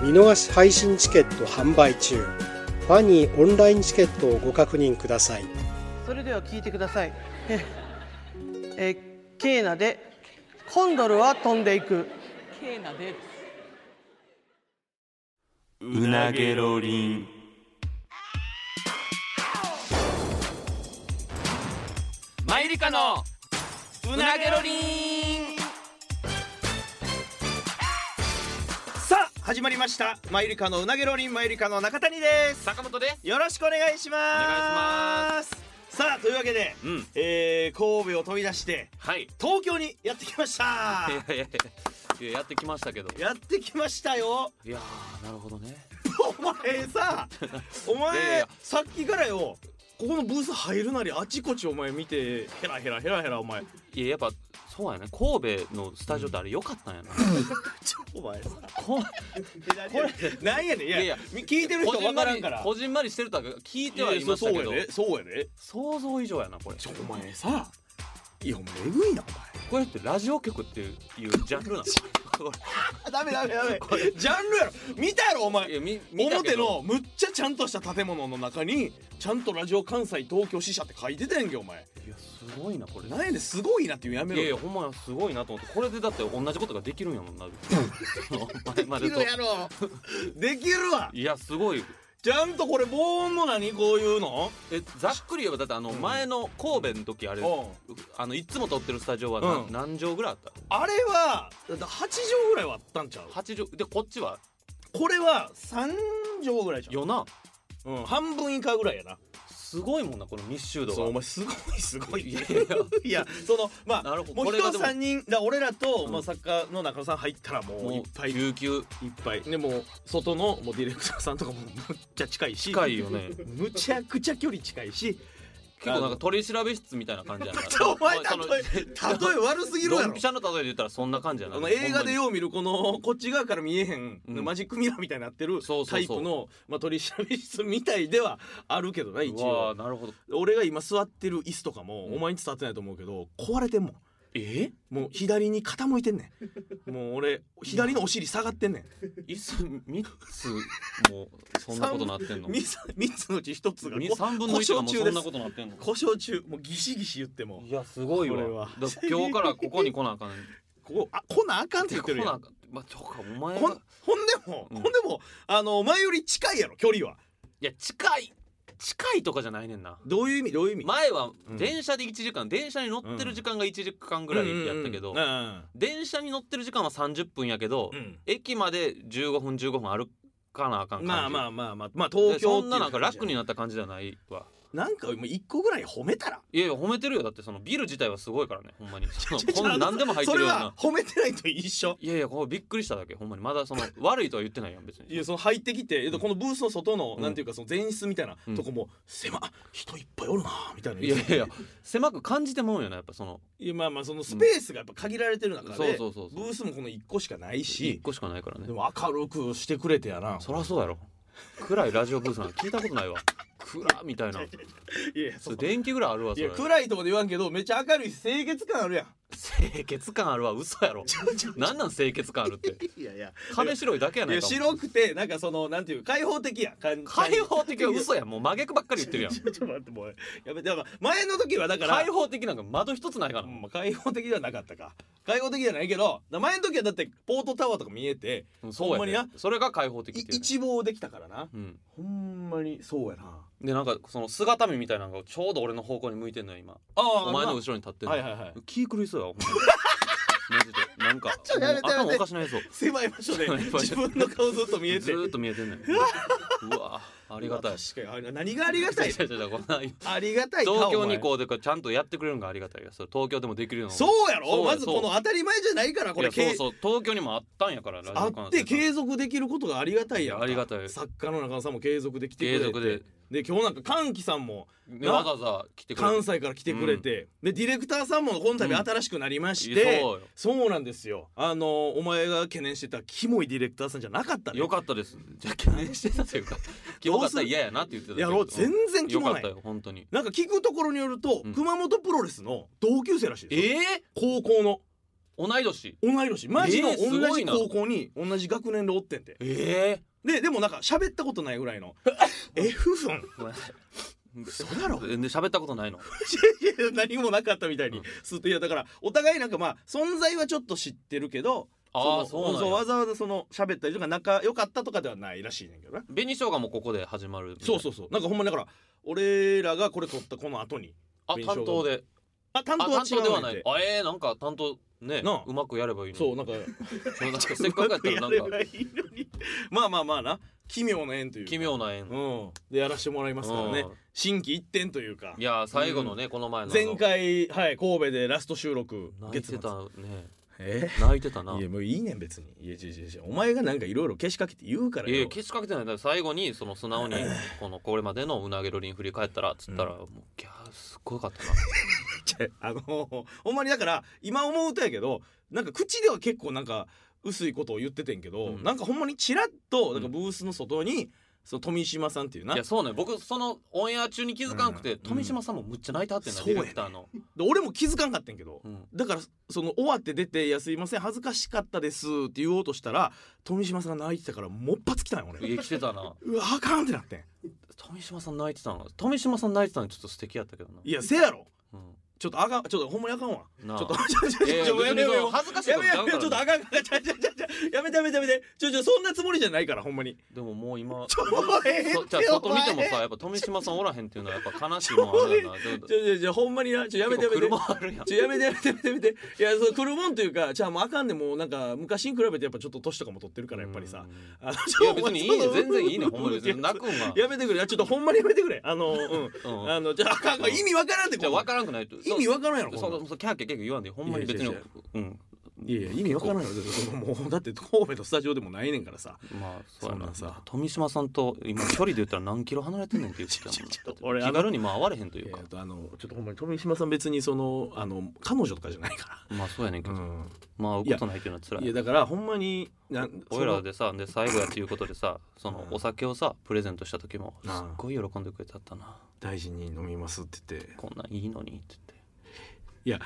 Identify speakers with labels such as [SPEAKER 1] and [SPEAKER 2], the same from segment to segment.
[SPEAKER 1] 見逃し配信チケット販売中ファニーオンラインチケットをご確認ください
[SPEAKER 2] それでは聞いてください えーえーケーナでコンドルは飛んでいく
[SPEAKER 3] ケーナで
[SPEAKER 4] うなげろりんマイリカのうなげろりん
[SPEAKER 5] さあ始まりましたマユリカのうなげろりんマユリカの中谷です
[SPEAKER 4] 坂本です
[SPEAKER 5] よろしくお願いし
[SPEAKER 4] お
[SPEAKER 5] ます
[SPEAKER 4] 願いし
[SPEAKER 5] さあというわけで、
[SPEAKER 4] うん
[SPEAKER 5] えー神戸を飛び出して
[SPEAKER 4] はい
[SPEAKER 5] 東京にやってき ました
[SPEAKER 4] いやいやいやいややってきましたけどい
[SPEAKER 5] やってきましたよ
[SPEAKER 4] やーなるほどね
[SPEAKER 5] お前さお前
[SPEAKER 4] いやいやいや
[SPEAKER 5] さっきからよここのブース入るなりあちこちお前見てヘラヘラヘラヘラお前
[SPEAKER 4] いややっぱそうやね神戸のスタジオってあれ良かったん やな、
[SPEAKER 5] ちょお前さ
[SPEAKER 4] こ
[SPEAKER 5] これなんやねんい
[SPEAKER 4] い
[SPEAKER 5] や
[SPEAKER 4] やいや
[SPEAKER 5] 聞いてる人
[SPEAKER 4] こじ
[SPEAKER 5] 分
[SPEAKER 4] んま
[SPEAKER 5] からん
[SPEAKER 4] り
[SPEAKER 5] から
[SPEAKER 4] こじんまりしてるとは聞い
[SPEAKER 5] い
[SPEAKER 4] ては
[SPEAKER 5] や
[SPEAKER 4] い
[SPEAKER 5] いや
[SPEAKER 4] まし
[SPEAKER 5] そ
[SPEAKER 4] た
[SPEAKER 5] う
[SPEAKER 4] け
[SPEAKER 5] や
[SPEAKER 4] ど
[SPEAKER 5] でそうやで
[SPEAKER 4] 想像以上やなこれ
[SPEAKER 5] ちょお前さいやお前えぐいなお前
[SPEAKER 4] これってラジオ局っていうジャンルな のこ
[SPEAKER 5] ダメダメダメジャンルやろ見たやろお
[SPEAKER 4] れい
[SPEAKER 5] 前
[SPEAKER 4] やみ見たけ
[SPEAKER 5] 表
[SPEAKER 4] ど
[SPEAKER 5] のむっちゃちゃんとした建物の中にちゃんとラジオ関西東京支社って書いてたやんけお前
[SPEAKER 4] いやすごいなこれ
[SPEAKER 5] なんやねんすごいなっていうやめ
[SPEAKER 4] い
[SPEAKER 5] ろ
[SPEAKER 4] やいやほんまやすごいなと思ってこれでだって同じことができるんやもん なその前ま
[SPEAKER 5] で
[SPEAKER 4] で
[SPEAKER 5] き
[SPEAKER 4] と
[SPEAKER 5] るやろできるわ
[SPEAKER 4] いやすごい
[SPEAKER 5] ちゃんとこれ防音の何こういうの
[SPEAKER 4] えざっくり言えばだってあの前の神戸の時あれ、
[SPEAKER 5] う
[SPEAKER 4] あのいつも撮ってるスタジオはな、
[SPEAKER 5] うん
[SPEAKER 4] 何畳ぐらいあっ
[SPEAKER 5] あれはだって8畳ぐらいはあったんちゃう
[SPEAKER 4] た8畳でこっちは
[SPEAKER 5] これは3畳ぐらいじゃん、
[SPEAKER 4] よな
[SPEAKER 5] うん、半分以下ぐらいやな
[SPEAKER 4] すごいもんなこの密集度
[SPEAKER 5] そうお
[SPEAKER 4] が
[SPEAKER 5] 前すごいすごい
[SPEAKER 4] いやいやいや
[SPEAKER 5] いやそのまあ
[SPEAKER 4] なるほど
[SPEAKER 5] も
[SPEAKER 4] こ
[SPEAKER 5] う
[SPEAKER 4] れが
[SPEAKER 5] 人
[SPEAKER 4] でも
[SPEAKER 5] 3人だから俺らと、
[SPEAKER 4] うん
[SPEAKER 5] まあ、作家の中野さん入ったらもういっ
[SPEAKER 4] も
[SPEAKER 5] ぱ
[SPEAKER 4] う
[SPEAKER 5] いいっ
[SPEAKER 4] 琉球
[SPEAKER 5] ぱいでもう外のもうディレクターさんとかもむっちゃ近いし
[SPEAKER 4] 近いよね
[SPEAKER 5] むちゃくちゃ距離近いし
[SPEAKER 4] 結構なんか取り調べ室みたいな感じ やな
[SPEAKER 5] お前例
[SPEAKER 4] その
[SPEAKER 5] え例え悪すぎるや
[SPEAKER 4] ドン
[SPEAKER 5] ろ
[SPEAKER 4] ピシャの例えで言ったらそんな感じやな
[SPEAKER 5] あの映画で
[SPEAKER 4] よ
[SPEAKER 5] よう見るこのこっち側から見えへん、
[SPEAKER 4] うん
[SPEAKER 5] マジックミラーみたいになってる
[SPEAKER 4] そうそうそう
[SPEAKER 5] タイプの、まあ、取り調べ室みたいではあるけどな一
[SPEAKER 4] うわ
[SPEAKER 5] 応
[SPEAKER 4] ーなるほど
[SPEAKER 5] 俺が今座ってる椅子とかも、
[SPEAKER 4] うん
[SPEAKER 5] お前に伝わってないと思うけど壊れてんもん
[SPEAKER 4] え
[SPEAKER 5] もう左に傾いてんね ん。もう俺左のお尻下がってんねん。
[SPEAKER 4] 椅子3つもそんなことなってんの
[SPEAKER 5] 三つ三つのうち一つがこ
[SPEAKER 4] 3分の1がもう
[SPEAKER 5] 故障中
[SPEAKER 4] そ
[SPEAKER 5] で
[SPEAKER 4] ん
[SPEAKER 5] す
[SPEAKER 4] なことなってんの
[SPEAKER 5] 故障中もうギシギシ言っても
[SPEAKER 4] いやすごい
[SPEAKER 5] これ
[SPEAKER 4] わ
[SPEAKER 5] は
[SPEAKER 4] だから今日からここに来なあかん
[SPEAKER 5] ここあ来なあか んって言ってるや。
[SPEAKER 4] 来なんあかんまあそうかお前
[SPEAKER 5] ほ
[SPEAKER 4] が
[SPEAKER 5] んほんでも、
[SPEAKER 4] うん
[SPEAKER 5] ほんでもあの前より近いやろ距離は。
[SPEAKER 4] いや近い近いとかじゃないねんな
[SPEAKER 5] どういう意味どういう意味。
[SPEAKER 4] 前は
[SPEAKER 5] うん
[SPEAKER 4] 電車で1時間、電車に乗ってる時間が1時間ぐらいやったけど、
[SPEAKER 5] うんうん
[SPEAKER 4] 電車に乗ってる時間は30分やけど、
[SPEAKER 5] うん
[SPEAKER 4] 駅まで15分15分歩かなあかん感じ
[SPEAKER 5] まあまあまあまあまあ
[SPEAKER 4] で
[SPEAKER 5] 東京
[SPEAKER 4] そんななんか楽に
[SPEAKER 5] な
[SPEAKER 4] なった感じじゃないわ
[SPEAKER 5] なんかもう一個ぐらい褒めたら
[SPEAKER 4] いやいや褒めてるよだってそのビル自体はすごいからねほんまにその
[SPEAKER 5] ちょち ょ
[SPEAKER 4] こんなんでも入ってるよう
[SPEAKER 5] それ
[SPEAKER 4] な
[SPEAKER 5] は褒めてないと一緒
[SPEAKER 4] いやいやこうびっくりしただけほんまにまだその悪いとは言ってないやん別
[SPEAKER 5] い
[SPEAKER 4] に
[SPEAKER 5] やその入ってきて、えっとこのブースの外の、
[SPEAKER 4] うん
[SPEAKER 5] なんていうかその前室みたいな
[SPEAKER 4] うん
[SPEAKER 5] とこも、狭っ人いっぱいおるなみたいない
[SPEAKER 4] やいやいや狭く感じてもんよなやっぱその
[SPEAKER 5] いやまあまあそのスペースがやっぱ限られてる中で、
[SPEAKER 4] そうそうそうそう
[SPEAKER 5] ブースもこの1個しかない
[SPEAKER 4] 1
[SPEAKER 5] し
[SPEAKER 4] 個しかないからね
[SPEAKER 5] でも明るくしてくれてやな
[SPEAKER 4] そりゃそうやろ暗いラジオブースなんて聞いたことないわ暗みたいなそ
[SPEAKER 5] いやそう
[SPEAKER 4] れ電気ぐらいあるわそ
[SPEAKER 5] い
[SPEAKER 4] れ
[SPEAKER 5] や暗いとこで言わんけどめっちゃ明るいし清潔感あるやん
[SPEAKER 4] 清潔感あるわ嘘やろなんなん清潔感あるって
[SPEAKER 5] いやいや
[SPEAKER 4] 金白いだけや
[SPEAKER 5] い
[SPEAKER 4] ない
[SPEAKER 5] や
[SPEAKER 4] か
[SPEAKER 5] 白くてなんかそのなんていう開放的やん感
[SPEAKER 4] 開放的は嘘やんもう真逆ばっかり言ってるやん
[SPEAKER 5] ちょっと待ってもうやめてだから前の時はだから
[SPEAKER 4] 開放的なんか窓一つないから
[SPEAKER 5] うんまあ、開放的ではなかったか開放的じゃないけどだ前の時はだってポートタワーとか見えて
[SPEAKER 4] うんそう
[SPEAKER 5] ほんまに
[SPEAKER 4] や
[SPEAKER 5] な
[SPEAKER 4] ねそれが開放的
[SPEAKER 5] い
[SPEAKER 4] っていうね
[SPEAKER 5] 一望できたからな
[SPEAKER 4] うん
[SPEAKER 5] ほんまにそうやな
[SPEAKER 4] でなんかその姿見みたいなのがちょうど俺の方向に向いてんのよ今
[SPEAKER 5] あ
[SPEAKER 4] お前の後ろに立ってんの
[SPEAKER 5] はいはいはい
[SPEAKER 4] 気狂いそうやわほんまにマジでなんか
[SPEAKER 5] ちょっとやめてやめて
[SPEAKER 4] もう頭おかしなりそう
[SPEAKER 5] 狭い場所で
[SPEAKER 4] 狭い場所
[SPEAKER 5] 自分の顔ずっと見え
[SPEAKER 4] ず
[SPEAKER 5] て
[SPEAKER 4] ーっと見えてんねんうわありが たい
[SPEAKER 5] 確かにあれ何がありがたい
[SPEAKER 4] 違う違う違うこんな
[SPEAKER 5] ありがたいな
[SPEAKER 4] 東京
[SPEAKER 5] お前
[SPEAKER 4] にこうでこうちゃんとやってくれるのがありがたいよそれ東京でもできるの
[SPEAKER 5] そうやろ
[SPEAKER 4] そう
[SPEAKER 5] まずこ
[SPEAKER 4] そ
[SPEAKER 5] の当たり前じゃないからこ
[SPEAKER 4] い
[SPEAKER 5] れ
[SPEAKER 4] やそう
[SPEAKER 5] け
[SPEAKER 4] そう東京にもあったんやからラジオ
[SPEAKER 5] あ
[SPEAKER 4] 関
[SPEAKER 5] っ
[SPEAKER 4] 西
[SPEAKER 5] て
[SPEAKER 4] さん
[SPEAKER 5] 継続できることがありがたいやんか
[SPEAKER 4] ありがたい
[SPEAKER 5] 作家の中野さんも継続できてくれ
[SPEAKER 4] 継
[SPEAKER 5] て
[SPEAKER 4] 続で
[SPEAKER 5] で今日なんか歓喜さんも
[SPEAKER 4] ねわざわざ来てくれ
[SPEAKER 5] 関西から来てくれて、でディレクターさんも今度
[SPEAKER 4] うん
[SPEAKER 5] 新しくなりまして、
[SPEAKER 4] そうよ
[SPEAKER 5] そうなんですよあのお前が懸念してたキモいディレクターさんじゃなかったね
[SPEAKER 4] よかったですじゃあ懸念してたと いうかキモかったら嫌やなって言ってたけど
[SPEAKER 5] やろう全然キ
[SPEAKER 4] よ
[SPEAKER 5] モ
[SPEAKER 4] か
[SPEAKER 5] な
[SPEAKER 4] っ
[SPEAKER 5] い
[SPEAKER 4] たよ本当に
[SPEAKER 5] なんか聞くところによると、
[SPEAKER 4] うん
[SPEAKER 5] 熊本プロレスの同級生らしいですよ
[SPEAKER 4] ええ
[SPEAKER 5] 高校の
[SPEAKER 4] 同い年
[SPEAKER 5] 同い年マジの
[SPEAKER 4] えーす
[SPEAKER 5] 同
[SPEAKER 4] ご
[SPEAKER 5] じ
[SPEAKER 4] いな
[SPEAKER 5] 高校に同じ学年でおってんて
[SPEAKER 4] ええ
[SPEAKER 5] ででもなんか喋ったことないぐら いの F 分
[SPEAKER 4] ごめんなさい
[SPEAKER 5] 嘘だろ
[SPEAKER 4] で喋ったことない の
[SPEAKER 5] いやいや何もなかったみたいに、
[SPEAKER 4] うん
[SPEAKER 5] すっていやだからお互いなんかまあ存在はちょっと知ってるけど
[SPEAKER 4] ああ
[SPEAKER 5] そ
[SPEAKER 4] そ
[SPEAKER 5] の
[SPEAKER 4] うなん
[SPEAKER 5] わ
[SPEAKER 4] や
[SPEAKER 5] ざわざその喋ったりとか仲良かったとかではないらしいねんけどな
[SPEAKER 4] 紅生姜もここで始まるみたい
[SPEAKER 5] そ
[SPEAKER 4] な
[SPEAKER 5] うそうそうなんかほんまにだから俺らがこれ撮ったこの後に
[SPEAKER 4] あ
[SPEAKER 5] 紅生
[SPEAKER 4] 担
[SPEAKER 5] 姜
[SPEAKER 4] 当で
[SPEAKER 5] あ担
[SPEAKER 4] あ
[SPEAKER 5] 当は
[SPEAKER 4] 担
[SPEAKER 5] 違
[SPEAKER 4] 当では
[SPEAKER 5] う
[SPEAKER 4] な
[SPEAKER 5] ねん
[SPEAKER 4] い
[SPEAKER 5] て
[SPEAKER 4] あええなんか担当ね
[SPEAKER 5] なあ
[SPEAKER 4] うまくやればいいのに
[SPEAKER 5] そうなんか
[SPEAKER 4] なんか せっかくやったらな
[SPEAKER 5] うまく
[SPEAKER 4] ん
[SPEAKER 5] や
[SPEAKER 4] か
[SPEAKER 5] ればいいのにまあまあまあな奇妙な縁というか
[SPEAKER 4] 奇妙な縁
[SPEAKER 5] うんでやらしてもらいますからね
[SPEAKER 4] うん
[SPEAKER 5] 心機一転というか
[SPEAKER 4] いや最後のねこの前のあの
[SPEAKER 5] 前回はい神戸でラスト収録
[SPEAKER 4] 泣い
[SPEAKER 5] 月末
[SPEAKER 4] てたね
[SPEAKER 5] え
[SPEAKER 4] 泣いてたない
[SPEAKER 5] やもういいねん別にいや違う違う違うお前がなんかいろいろけしかけて言うから
[SPEAKER 4] いやい
[SPEAKER 5] よ
[SPEAKER 4] や消しかけてないだから最後にその素 直にこのこれまでのうなげロリン振り返ったらっつったら、もうギャーすっごいかったな
[SPEAKER 5] 違うあのほんまにだから今思うとやけどなんか口では結構なんか薄いことを言っててんけ
[SPEAKER 4] う
[SPEAKER 5] ど、
[SPEAKER 4] ん
[SPEAKER 5] なんかほんまにチラッとなんかブースの外に、その富島さんっていうない
[SPEAKER 4] やそうね僕そのオンエア中に気づかなくて、
[SPEAKER 5] うん
[SPEAKER 4] 富島さんもむっちゃ泣いてはってんな、
[SPEAKER 5] うん
[SPEAKER 4] ディレクターの、
[SPEAKER 5] で俺も気づかんかったんけど、
[SPEAKER 4] うん
[SPEAKER 5] だからその終わって出て「いやすいません恥ずかしかったです」って言おうとしたら富島さんが泣いてたからもっぱつきたんよ俺
[SPEAKER 4] いや来てたな
[SPEAKER 5] うわあかんってなってん
[SPEAKER 4] 富島さん泣いてたの富島さん泣いてたのちょっと素敵やったけどない
[SPEAKER 5] やせや
[SPEAKER 4] う
[SPEAKER 5] ろちょっとあかんちょっとほんまにあかんわ
[SPEAKER 4] ん、なあ
[SPEAKER 5] ちょっとちょちょ
[SPEAKER 4] いやいや
[SPEAKER 5] ちょやめようやめよ
[SPEAKER 4] 別にその
[SPEAKER 5] う
[SPEAKER 4] 恥ずかしい
[SPEAKER 5] や
[SPEAKER 4] こと
[SPEAKER 5] め
[SPEAKER 4] ちゃうから、
[SPEAKER 5] やめようちょっとあかんあかんちゃちゃちゃちゃやめてやめてやめてちょちょそんなつもりじゃないからほんまに
[SPEAKER 4] でももう今
[SPEAKER 5] ちょええって
[SPEAKER 4] そじゃあ外見て
[SPEAKER 5] お
[SPEAKER 4] も
[SPEAKER 5] 前
[SPEAKER 4] さやっぱ富島さんおらへんっていうのはやっぱ悲しいもんあるよなちょっと
[SPEAKER 5] ちょちょちょほんまになちょやめてやめ
[SPEAKER 4] 結
[SPEAKER 5] て
[SPEAKER 4] 構車あるやん
[SPEAKER 5] ちょやめてやめてやめてやめていやそう来るもんというかじゃあもうあかんでもうなんか昔に比べてやっぱちょっと年とかも取ってるからやっぱりさ
[SPEAKER 4] うん
[SPEAKER 5] あの
[SPEAKER 4] いや別にいいね
[SPEAKER 5] ちょ
[SPEAKER 4] 全然いいねほんまに
[SPEAKER 5] いや
[SPEAKER 4] 別に泣くんは
[SPEAKER 5] やめてくれいやちょっとほんまにやめてくれあのう
[SPEAKER 4] うんん
[SPEAKER 5] あのじゃああかんあかん意味わからんって
[SPEAKER 4] じゃあ分
[SPEAKER 5] ら
[SPEAKER 4] からんくないと
[SPEAKER 5] 意味わからんやろ
[SPEAKER 4] そ
[SPEAKER 5] こんな
[SPEAKER 4] の
[SPEAKER 5] ん
[SPEAKER 4] そうキャーキャーキャーキャー言わんでほんまに別
[SPEAKER 5] い
[SPEAKER 4] に
[SPEAKER 5] やいや
[SPEAKER 4] うん
[SPEAKER 5] いやいや意味わからんやろそのもうだって神戸のスタジオでもないねんからさ
[SPEAKER 4] まあそうやな
[SPEAKER 5] そうなんさ
[SPEAKER 4] 富島さんと今距離で言ったら何キロ離れてんねんっていう時間
[SPEAKER 5] ちょ俺あの
[SPEAKER 4] 気軽にまあ会われへんとい
[SPEAKER 5] いうや
[SPEAKER 4] か
[SPEAKER 5] あのちょっとほんまに富島さん別にそのあの彼女とかじゃないか
[SPEAKER 4] まあそうやねんけ
[SPEAKER 5] ら、
[SPEAKER 4] どまあ会うことないっていうのは辛
[SPEAKER 5] いや
[SPEAKER 4] い
[SPEAKER 5] だからほんまになん
[SPEAKER 4] 俺らでさで最後やっていうことでさその
[SPEAKER 5] うん
[SPEAKER 4] お酒をさプレゼントした時も
[SPEAKER 5] う
[SPEAKER 4] す
[SPEAKER 5] ん
[SPEAKER 4] っごい喜んでくれてはったな
[SPEAKER 5] その大事に飲みますって言って
[SPEAKER 4] こんなんいいのにって
[SPEAKER 5] いや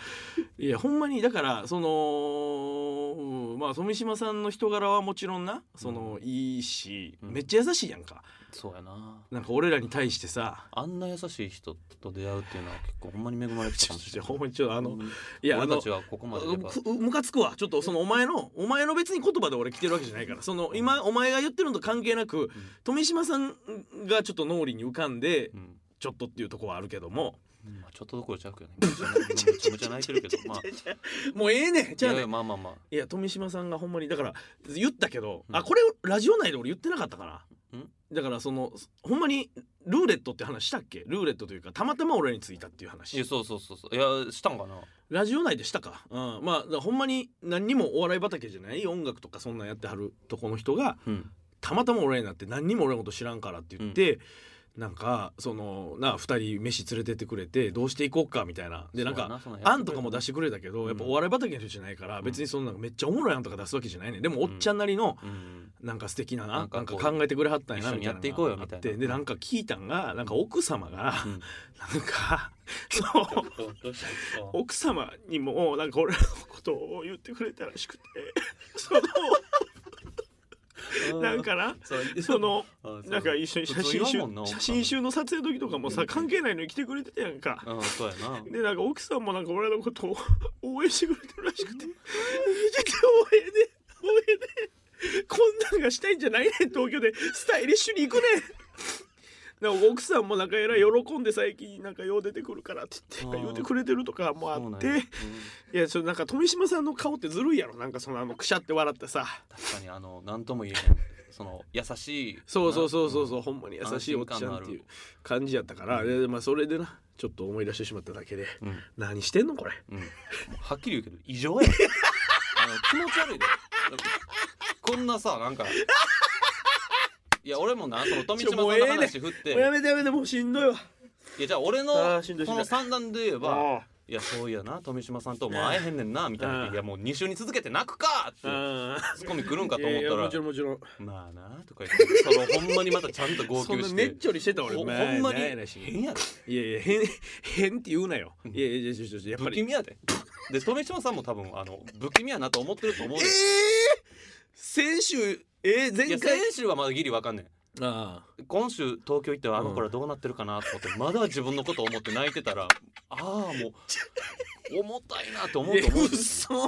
[SPEAKER 5] いやほんまにだからそのうんまあ富島さんの人柄はもちろんなその、いいし
[SPEAKER 4] うん
[SPEAKER 5] めっちゃ優しいやん
[SPEAKER 4] 言っ
[SPEAKER 5] か
[SPEAKER 4] てそうやな
[SPEAKER 5] なんか俺らに対してさ
[SPEAKER 4] あんな優しい人と出会うっていうのは結構ほんまに恵まれてた
[SPEAKER 5] ち
[SPEAKER 4] か
[SPEAKER 5] ょ
[SPEAKER 4] も
[SPEAKER 5] ちょ
[SPEAKER 4] し
[SPEAKER 5] ち
[SPEAKER 4] れ
[SPEAKER 5] ょ
[SPEAKER 4] ない
[SPEAKER 5] ほんまにちょっとあのいやあ
[SPEAKER 4] 俺
[SPEAKER 5] の
[SPEAKER 4] たちはここまでやっぱ
[SPEAKER 5] ううムカつくわちょっとそのお前のお前の別に言葉で俺来てるわけじゃないからその今お前が言ってるのと関係なく富島さんがちょっと脳裏に浮かんで
[SPEAKER 4] うん
[SPEAKER 5] ちょっとっていうとこはあるけども
[SPEAKER 4] まあちょっとどころちゃうけどねめちゃめちゃめちゃめちゃ泣いてるけどま あ
[SPEAKER 5] もうええねんじゃあ
[SPEAKER 4] いやい
[SPEAKER 5] ね
[SPEAKER 4] やまあまあまあ
[SPEAKER 5] いや富島さんがほんまにだから言ったけど、
[SPEAKER 4] うん
[SPEAKER 5] あこれラジオ内で俺言ってなかったかな、
[SPEAKER 4] うん
[SPEAKER 5] だからそのほんまにルーレットって話したっけルーレットというかたまたま俺についたっていう
[SPEAKER 4] いや
[SPEAKER 5] 話
[SPEAKER 4] そうそうそうそういやしたんかな
[SPEAKER 5] ラジオ内でしたか、うん、まあだからほんまに何にもお笑い畑じゃない音楽とかそんなんやってはるとこの人が
[SPEAKER 4] うん
[SPEAKER 5] たまたま俺になって何にも俺のこと知らんからって言って、なんかそのな2人飯連れてってくれてどうしていこうかみたいなでなんか案とかも出してくれたけど、やっぱお笑い畑の人じゃないから、
[SPEAKER 4] ん
[SPEAKER 5] 別にそんなめっちゃおもろい案とか出すわけじゃないねんでもおっちゃんなりの
[SPEAKER 4] うん
[SPEAKER 5] なんか素敵なな,、
[SPEAKER 4] なん
[SPEAKER 5] な
[SPEAKER 4] か
[SPEAKER 5] んか
[SPEAKER 4] こう
[SPEAKER 5] 考えてくれはったんやな
[SPEAKER 4] 一緒
[SPEAKER 5] み
[SPEAKER 4] に
[SPEAKER 5] たい
[SPEAKER 4] や
[SPEAKER 5] な
[SPEAKER 4] っていこうよみたいな
[SPEAKER 5] のがあってでなんか聞いたんがなんか奥様が、
[SPEAKER 4] ん
[SPEAKER 5] なんかそう奥様にもなんか俺のことを言ってくれたら しくてそのなんかなそのなんか一緒に写真集写真集の撮影の時とかもさ関係ないのに来てくれてたやんか。
[SPEAKER 4] うんそうやな
[SPEAKER 5] でなんか奥さんもなんか俺のことを 応援してくれてるら しくて「ちょっと 応援で応援でこんなんがしたいんじゃないねん東京でスタイリッシュに行くねん」でも奥さんもなんかえらい喜んで最近なんかよう出てくるからって言って
[SPEAKER 4] あー
[SPEAKER 5] 言うてくれてるとかもあ
[SPEAKER 4] そう
[SPEAKER 5] っ
[SPEAKER 4] なん
[SPEAKER 5] て
[SPEAKER 4] やうん
[SPEAKER 5] いやそれなんか富島さんの顔ってずるいやろなんかそのあのくしゃって笑ってさ
[SPEAKER 4] 確かにあの何とも言えへんその優しい
[SPEAKER 5] そうそうそうそうそう、
[SPEAKER 4] ん
[SPEAKER 5] ほんまに優しいおっちゃんっていう
[SPEAKER 4] 安心感の
[SPEAKER 5] 感じやったから、でまあ、それでなちょっと思い出してしまっただけで、
[SPEAKER 4] うん
[SPEAKER 5] 何してんのこれ
[SPEAKER 4] うん、はっきり言うけど異常やであの気持ち悪いでこんなさなんかいや俺もなその富島さん
[SPEAKER 5] ちょもうええ
[SPEAKER 4] の
[SPEAKER 5] ねん
[SPEAKER 4] 話振って、
[SPEAKER 5] もうやめてやめてもうしんどいわ
[SPEAKER 4] いやじゃあ俺の
[SPEAKER 5] あーしんどいし
[SPEAKER 4] こ
[SPEAKER 5] んど
[SPEAKER 4] の
[SPEAKER 5] い
[SPEAKER 4] 三段で言えばいやそういやな富島さんともう会えへんねんなみたいな「
[SPEAKER 5] うん
[SPEAKER 4] いやもう2週に続けて泣くか!」って
[SPEAKER 5] あ
[SPEAKER 4] ツッコミ来るんか
[SPEAKER 5] い
[SPEAKER 4] と思
[SPEAKER 5] や
[SPEAKER 4] っ
[SPEAKER 5] い
[SPEAKER 4] た
[SPEAKER 5] やも
[SPEAKER 4] ら
[SPEAKER 5] ちろんもちろん
[SPEAKER 4] 「まあな」とか言ってそのほんまにまたちゃんと号
[SPEAKER 5] そん
[SPEAKER 4] 泣
[SPEAKER 5] な
[SPEAKER 4] し
[SPEAKER 5] ねってちょりしてた俺
[SPEAKER 4] ほほ
[SPEAKER 5] まあ
[SPEAKER 4] んまに
[SPEAKER 5] ないないし
[SPEAKER 4] 変やで
[SPEAKER 5] いやいや変変って言うなよいやいやいやいやいややっぱ
[SPEAKER 4] 不
[SPEAKER 5] り
[SPEAKER 4] 気
[SPEAKER 5] え
[SPEAKER 4] 味や でで富島さんも多分あの不気味やなと思ってると思う
[SPEAKER 5] え
[SPEAKER 4] で
[SPEAKER 5] 先週えー、
[SPEAKER 4] い
[SPEAKER 5] 前
[SPEAKER 4] や
[SPEAKER 5] 回
[SPEAKER 4] 先週はまだギリわかんねん
[SPEAKER 5] ああ
[SPEAKER 4] 今週東京行ってはあの子らどうなってるかなと思って、まだ自分のこと思って泣いてたらああも う重たいなと思う
[SPEAKER 5] え
[SPEAKER 4] と思うい
[SPEAKER 5] 嘘
[SPEAKER 4] や